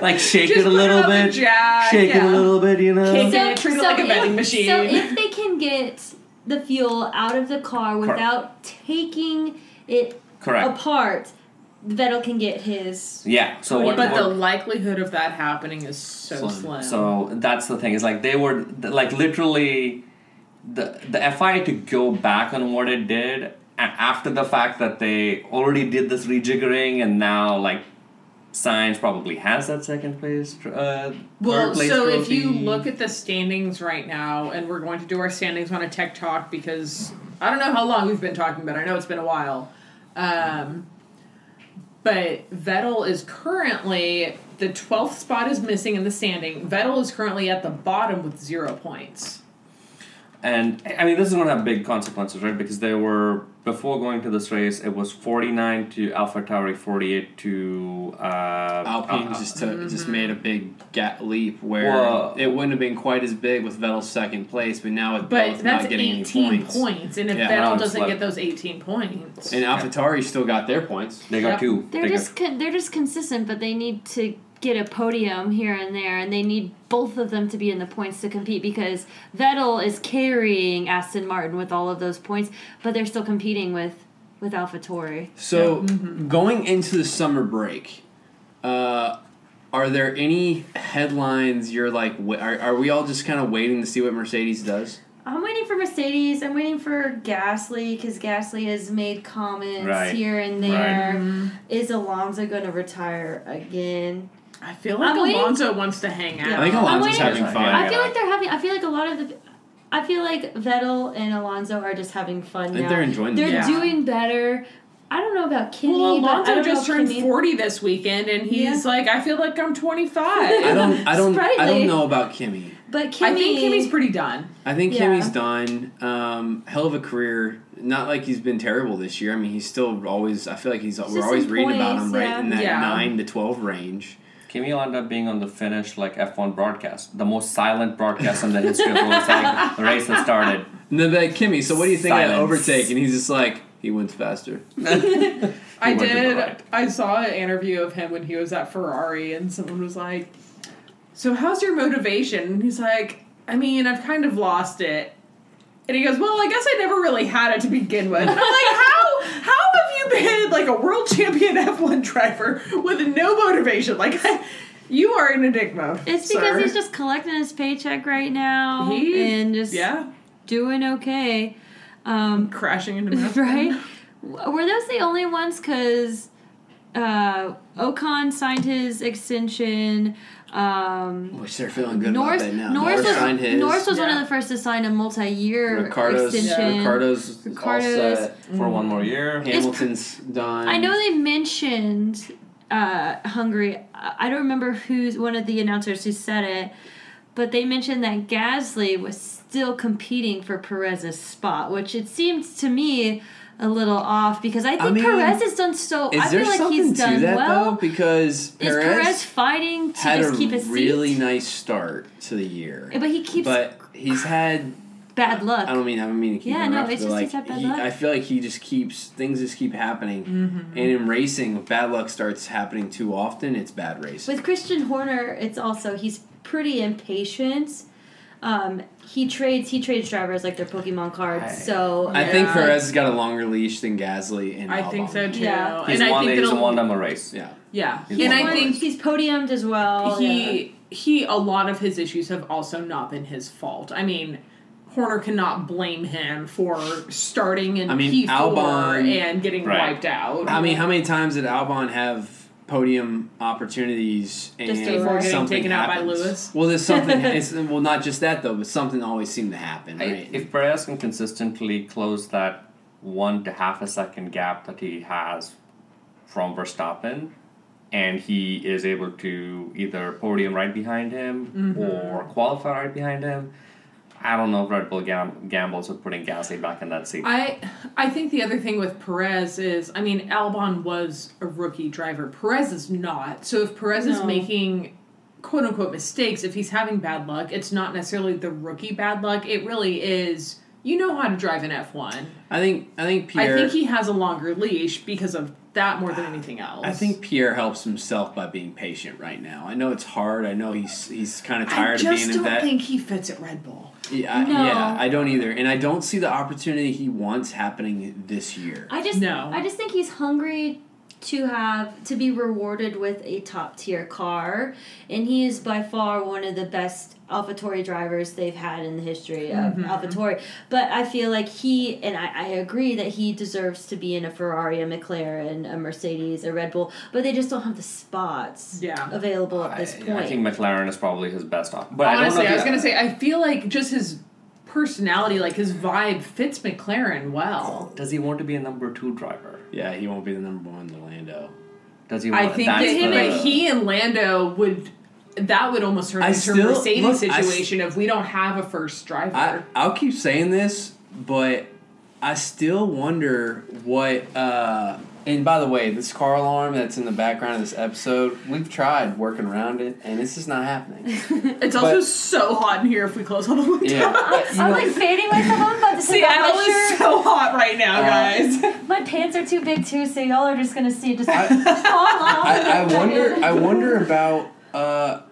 S3: like shake
S2: Just
S3: it a
S2: put it
S3: little
S2: on the
S3: bit
S2: jack,
S3: shake it
S2: yeah.
S3: a little bit you know
S2: Kick Yeah, treat it like a vending
S1: if,
S2: machine.
S1: So if they can get the fuel out of the car without taking it
S3: Correct.
S1: apart, Vettel can get his.
S3: yeah so what,
S2: But
S3: what-
S2: the likelihood of that happening is so slim.
S3: So that's the thing. Is like they were th- like literally the the FIA to go back on what it did a- after the fact that they already did this rejiggering and now like science probably has that second place. tr- Uh,
S2: Well,
S3: third place
S2: so if you
S3: trophy.
S2: look at the standings right now, and we're going to do our standings on a tech talk because I don't know how long we've been talking about. it. I know it's been a while, um, but Vettel is currently the twelfth spot is missing in the standing. Vettel is currently at the bottom with zero points.
S3: And I mean, this is going to have big consequences, right? Because there were before going to this race, it was forty nine to AlphaTauri, forty eight to uh,
S4: Alpine
S3: Al-
S4: just took, just made a big gap leap where
S3: Uh, Well-
S4: it wouldn't have been quite as big with Vettel's second place, but now with
S2: But
S4: both
S2: that's
S4: not getting
S2: eighteen
S4: any
S2: points.
S4: points.
S2: and if
S4: Yeah,
S2: Vettel
S3: round
S2: doesn't
S3: slip.
S2: get those eighteen points,
S4: And AlphaTauri still got their points.
S3: They got
S2: Yep.
S3: two.
S1: They're
S3: They got-
S1: just con- they're just consistent, but they need to get a podium here and there, and they need both of them to be in the points to compete because Vettel is carrying Aston Martin with all of those points, but they're still competing with with AlphaTauri.
S4: So going into the summer break, uh, are there any headlines you're like? wa- Are, are we all just kind of waiting to see what Mercedes does?
S1: I'm waiting for Mercedes. I'm waiting for Gasly because Gasly has made comments
S3: Right.
S1: here and
S3: Right.
S1: there. Is Alonso going to retire again?
S2: I feel like
S1: I'm waiting-
S2: Alonso wants to hang out.
S1: Yeah.
S4: I think Alonso's
S1: waiting-
S4: having fun.
S1: I feel like they're having. I feel like a lot of the. I feel like Vettel and Alonso are just having fun
S4: I think
S1: now.
S4: they're enjoying
S1: They're
S2: Yeah.
S1: doing better. I don't know about Kimmy,
S2: Well,
S1: but I
S2: Alonso
S1: don't
S2: just
S1: know if
S2: turned
S1: Kimi-
S2: 40 this weekend, and he's like, I feel like I'm 25.
S4: I don't. I don't. I
S1: Sprightly.
S4: don't know about Kimmy.
S1: But Kimmy,
S2: I think Kimmy's pretty done.
S4: I think
S1: Yeah.
S4: Kimmy's done. Um, hell of a career. Not like he's been terrible this year. I mean, he's still always. I feel like he's.
S1: just
S4: we're always
S1: in
S4: reading about
S1: points,
S4: him right
S1: yeah.
S4: in that
S2: Yeah.
S4: nine to twelve range.
S3: Kimi will end up being on the Finnish like F1 broadcast, the most silent broadcast in the history of world cycling. The race has started.
S4: And then like Kimmy. So what do you think of that
S3: Silence.
S4: overtake? And he's just like he went faster.
S2: I
S3: went to the
S2: did.
S3: right.
S2: I saw an interview of him when he was at Ferrari, and someone was like, So, how's your motivation? And he's like, I mean, I've kind of lost it. And he goes, Well, I guess I never really had it to begin with. And I'm like, How? How have you been like a world champion F1 driver with no motivation? Like, you are in a dick mode.
S1: it's because
S2: sir.
S1: he's just collecting his paycheck right now
S2: He-
S1: and just
S2: yeah
S1: doing okay. Um,
S2: crashing into mountains.
S1: right? W- Were those the only ones? Because uh, Ocon signed his extension. Um,
S4: Which they're feeling good
S1: Norris,
S4: about that now.
S1: Norris,
S4: signed
S1: was,
S4: his.
S1: Norris was one
S2: Yeah.
S1: of the first to sign a multi-year
S4: Ricardo's,
S1: extension.
S4: Ricardo's, all
S1: Ricardo's-
S4: set.
S3: for one more year.
S2: Mm.
S1: It's-
S4: Hamilton's done.
S1: I know they mentioned uh, Hungary. I I don't remember who's one of the announcers who said it, but they mentioned that Gasly was still competing for Perez's spot, which it seems to me a little off because I think
S4: mean,
S1: Perez has done so.
S4: Is
S1: I
S4: there
S1: feel like
S4: something
S1: he's
S4: to
S1: done
S4: that
S1: well.
S4: though? Because
S1: Is
S4: Perez,
S1: Perez fighting to
S4: had a
S1: just keep his
S4: really
S1: seat?
S4: nice start to the year,
S1: Yeah, but he keeps
S4: but he's had.
S1: bad luck.
S4: I don't mean. I don't mean to keep
S1: Yeah,
S4: him
S1: no,
S4: rough,
S1: it's
S4: but,
S1: just
S4: like,
S1: he's had bad
S4: he-
S1: luck.
S4: I feel like he just keeps things just keep happening, and in racing, bad luck starts happening too often. It's bad racing.
S1: With Christian Horner, it's also he's pretty impatient. Um, he trades he trades drivers like they're Pokemon cards.
S4: Right.
S1: So
S4: I think
S2: Yeah.
S4: Perez has got a longer leash than Gasly, and
S2: I
S4: Albon.
S2: think so too.
S1: Yeah.
S3: He's
S2: and
S3: won,
S2: I think
S3: he's
S2: it'll-
S3: won them a race.
S4: Yeah,
S2: Yeah,
S3: He's
S2: and
S3: won
S2: I
S3: them a
S2: think
S3: race.
S1: he's podiumed as well.
S2: he he a lot of his issues have also not been his fault. I mean, Horner cannot blame him for starting in
S4: I mean,
S2: P4
S4: Albon-
S2: and getting
S3: Right.
S2: wiped out.
S4: I mean, how many times did Albon have podium opportunities and
S1: Just before
S2: getting
S4: something
S2: taken out by
S4: happens?
S2: Lewis?
S4: Well, there's something. it's, well, not just that though, but something always seemed to happen,
S3: I-
S4: right?
S3: if Perez can consistently close that one to half a second gap that he has from Verstappen, and he is able to either podium right behind him
S2: Mm-hmm.
S3: or qualify right behind him, I don't know if Red Bull gam- gambles with putting Gasly back in that seat.
S2: I I think the other thing with Perez is I mean Albon was a rookie driver. Perez is not. So if Perez is
S1: No.
S2: making quote unquote mistakes, if he's having bad luck, it's not necessarily the rookie bad luck. It really is you know how to drive an F one.
S4: I think I think
S2: I
S4: Pierre.
S2: think he has a longer leash because of that more than anything else.
S4: I think Pierre helps himself by being patient right now. I know it's hard. I know he's he's kind of tired
S2: I just
S4: of being
S2: don't
S4: in that.
S2: think he fits at Red Bull.
S4: yeah, I,
S1: No.
S4: yeah, I don't either, and I don't see the opportunity he wants happening this year.
S1: I just
S2: No.
S1: I just think he's hungry to have to be rewarded with a top tier car, and he is by far one of the best AlphaTauri drivers they've had in the history of
S2: Mm-hmm.
S1: AlphaTauri. But I feel like he and I, I agree that he deserves to be in a Ferrari, a McLaren, a Mercedes, a Red Bull, but they just don't have the spots
S2: Yeah.
S1: available at
S3: I,
S1: this point.
S3: I think McLaren is probably his best option. But I don't know
S2: Honestly,
S3: if
S2: I, was
S3: he-
S2: gonna say I feel like just his personality, like his vibe, fits McLaren well.
S3: Does he want to be a number two driver?
S4: Yeah, he won't be the number one to Lando.
S3: Does he? Want,
S2: I think that
S3: that's
S2: him
S3: the-
S2: and he and Lando would that would almost hurt
S4: I
S2: the
S4: still-
S2: Mercedes
S4: look, I s-
S2: situation if we don't have a first driver.
S4: I, I'll keep saying this, but I still wonder what. Uh, and by the way, this car alarm that's in the background of this episode, we've tried working around it, and it's just not happening.
S2: it's also
S4: but-
S2: so hot in here if we close all the windows.
S4: Yeah, but, you
S1: I'm
S4: know,
S1: like fading like the home, but this is
S2: Seattle is so hot right now,
S4: Uh,
S2: guys.
S1: My pants are too big too, so y'all are just gonna see just
S4: I-
S1: fall off.
S4: I, I wonder. I wonder about uh,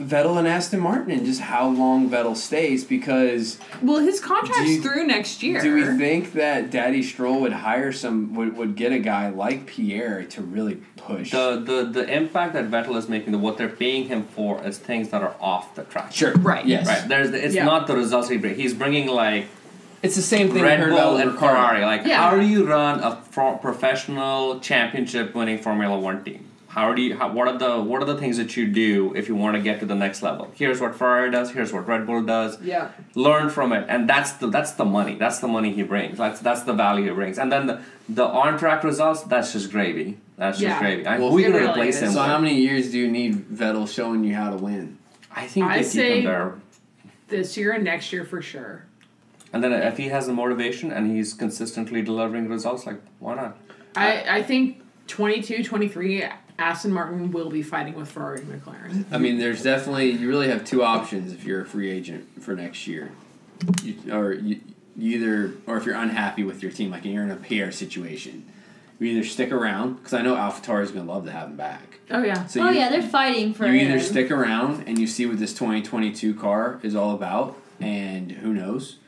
S4: Vettel and Aston Martin, and just how long Vettel stays. Because
S2: Well, his contract's
S4: Do you-
S2: through next year.
S4: do we think that Daddy Stroll would hire some? Would, would get a guy like Pierre to really push?
S3: The, the the impact that Vettel is making, the, what they're paying him for, is things that are off the track.
S4: sure.
S2: Right.
S4: Yes.
S3: Right. There's it's
S2: Yeah.
S3: not the results he brings. He's bringing like
S4: It's the same thing
S3: Red
S4: we heard
S3: Bull
S4: about
S3: and
S4: Ricardo.
S3: Ferrari. Like
S2: Yeah.
S3: how do you run a pro- professional championship winning Formula 1 team? How do you how, what are the what are the things that you do if you want to get to the next level? Here's what Ferrari does, here's what Red Bull does.
S2: Yeah.
S3: Learn from it. And that's the that's the money. That's the money he brings. That's that's the value he brings. And then the, the on-track results, that's just gravy. That's just
S2: Yeah.
S3: gravy. I,
S4: Well,
S3: who are you
S2: it
S3: going to
S2: really
S3: replace
S2: is.
S3: him
S4: So
S3: with?
S4: how many years do you need Vettel showing you how to win?
S3: I think
S2: I
S3: they keep
S2: say-
S3: him there
S2: This year and next year for sure.
S3: And then if he has the motivation and he's consistently delivering results, like why not?
S4: Uh,
S2: I, I think 22, 23, Aston Martin will be fighting with Ferrari and McLaren.
S4: I mean, there's definitely you really have two options if you're a free agent for next year, you, or you, you either or if you're unhappy with your team, like you're in a Pierre situation, you either stick around because I know AlphaTauri is gonna love to have him back.
S2: Oh, yeah.
S4: So
S1: oh
S4: you,
S1: yeah, they're fighting for
S4: you either
S1: him.
S4: stick around and you see what this 2022 car is all about, and who knows,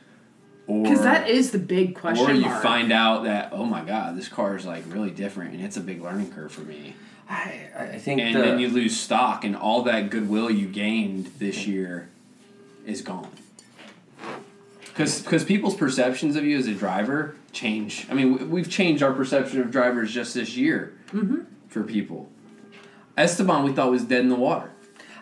S4: or
S2: Because that is the big question
S4: or you
S2: mark.
S4: find out that oh my god, this car is like really different and it's a big learning curve for me
S3: I, I think
S4: and
S3: the,
S4: then you lose stock, and all that goodwill you gained this year is gone. Because people's perceptions of you as a driver change. I mean, we- we've changed our perception of drivers
S2: Mm-hmm.
S4: just this year for people. Esteban, we thought was dead in the water.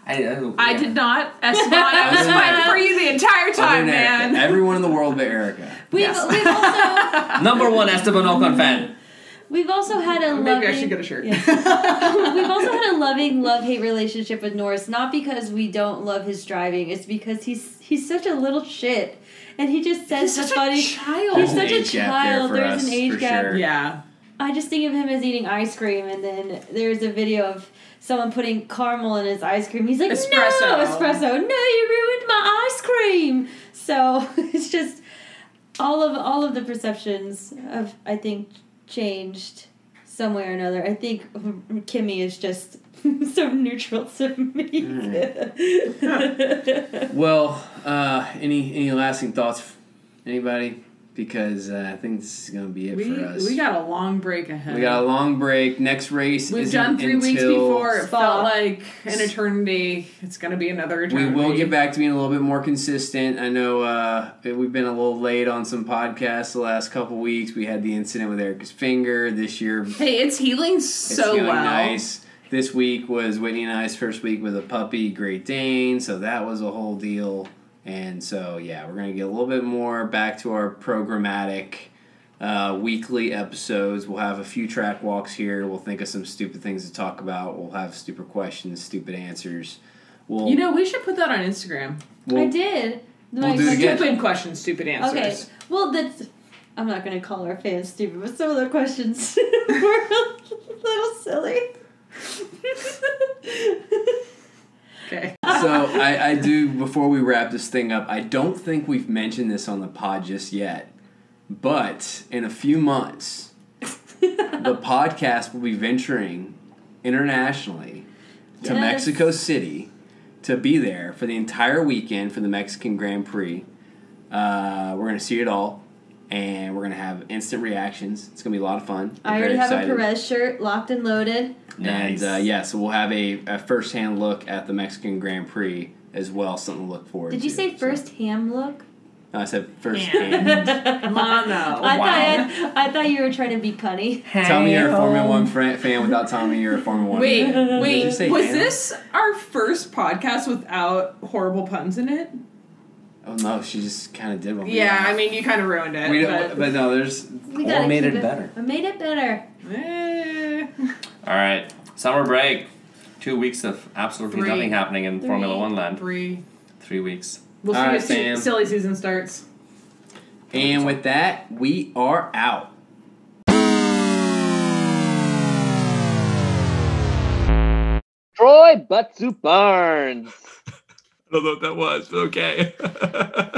S3: I, I,
S2: I did not. Esteban, I was fighting for you the entire
S4: Other
S2: time,
S4: than Erica.
S2: man.
S4: Everyone in the world but Erica.
S1: We've,
S3: Yes.
S1: we've also
S3: Number one Esteban Ocon fan.
S1: we've also had a
S2: Maybe
S1: loving
S2: I should get a shirt.
S1: Yeah. we've also had a loving love hate relationship with Norris, not because we don't love his driving, it's because he's he's such a little shit, and he just says the
S2: such
S1: funny.
S2: a child.
S1: He's
S4: There's an
S1: such a
S4: age gap there
S1: child.
S4: for
S1: There's
S4: us,
S1: an age
S4: for
S1: gap.
S4: sure.
S2: yeah.
S1: I just think of him as eating ice cream, and then there's a video of someone putting caramel in his ice cream. He's like, no,
S2: Espresso.
S1: espresso, no, you ruined my ice cream. So it's just all of all of the perceptions of I think changed some way or another. I think Kimmy is just so neutral to me.
S4: Well, uh, any any lasting thoughts, anybody? Because uh, I think this is gonna be it
S2: We,
S4: for us.
S2: we got a long break ahead.
S4: We got a long break. Next race
S2: We've
S4: is
S2: done three weeks before. It
S1: Spa.
S2: felt like an eternity. It's going to be another
S4: We
S2: eternity.
S4: will get back to being a little bit more consistent. I know uh, we've been a little late on some podcasts the last couple weeks. We had the incident with Erica's finger this year. It's
S2: Hey, it's healing so
S4: feeling
S2: well.
S4: nice. This week was Whitney and I's first week with a puppy, Great Dane. So that was a whole deal. And so yeah, we're gonna get a little bit more back to our programmatic. Uh, weekly episodes. We'll have a few track walks here. We'll think of some stupid things to talk about. We'll have stupid questions, stupid answers. We'll,
S2: You know, we should put that on Instagram.
S4: we'll
S1: I did.
S4: We'll do it again.
S2: Stupid questions, stupid answers.
S1: Okay. Well, that's. I'm not going to call our fans stupid, but some of their questions were a little silly.
S2: Okay.
S4: so I, I do before we wrap this thing up i don't think we've mentioned this on the pod just yet but in a few months the podcast will be venturing internationally to
S1: Yes.
S4: mexico city to be there for the entire weekend for the mexican grand prix uh, we're gonna see it all and we're gonna have instant reactions it's gonna be a lot of fun I'm
S1: I already
S4: very
S1: have
S4: excited.
S1: a Perez shirt locked and loaded.
S4: And uh,
S3: Nice.
S4: yeah, so we'll have a, a first hand look at the Mexican Grand Prix as well, something to look forward to.
S1: Did you say first ham look?
S4: So- no, I said first
S2: Hand. Mono.
S4: hand.
S1: I,
S3: Wow.
S1: thought I, I thought you were trying to be punny.
S4: Tell me you're a Formula One fran- fan without telling me you're a Formula One
S2: Wait,
S4: fan.
S2: wait.
S4: Did you
S2: Was
S4: say hand?
S2: this our first podcast without horrible puns in it?
S4: Oh no, she just kind of did one.
S2: Yeah, I mean, you kind of ruined it.
S4: We don't,
S2: but,
S4: but no, there's.
S1: We
S3: Or
S1: gotta
S3: made
S1: keep
S3: it better.
S1: I made it better.
S2: Eh.
S3: All right, summer break. Two weeks of absolutely
S2: Three.
S3: nothing happening in Formula
S1: Three.
S3: One land.
S2: Three.
S3: Three weeks.
S2: We'll
S4: All
S2: see
S4: right,
S2: if se-
S4: fam.
S2: silly season starts.
S4: And with that, we are out.
S5: Troy Butsu Barnes.
S6: I don't know what that was, but okay.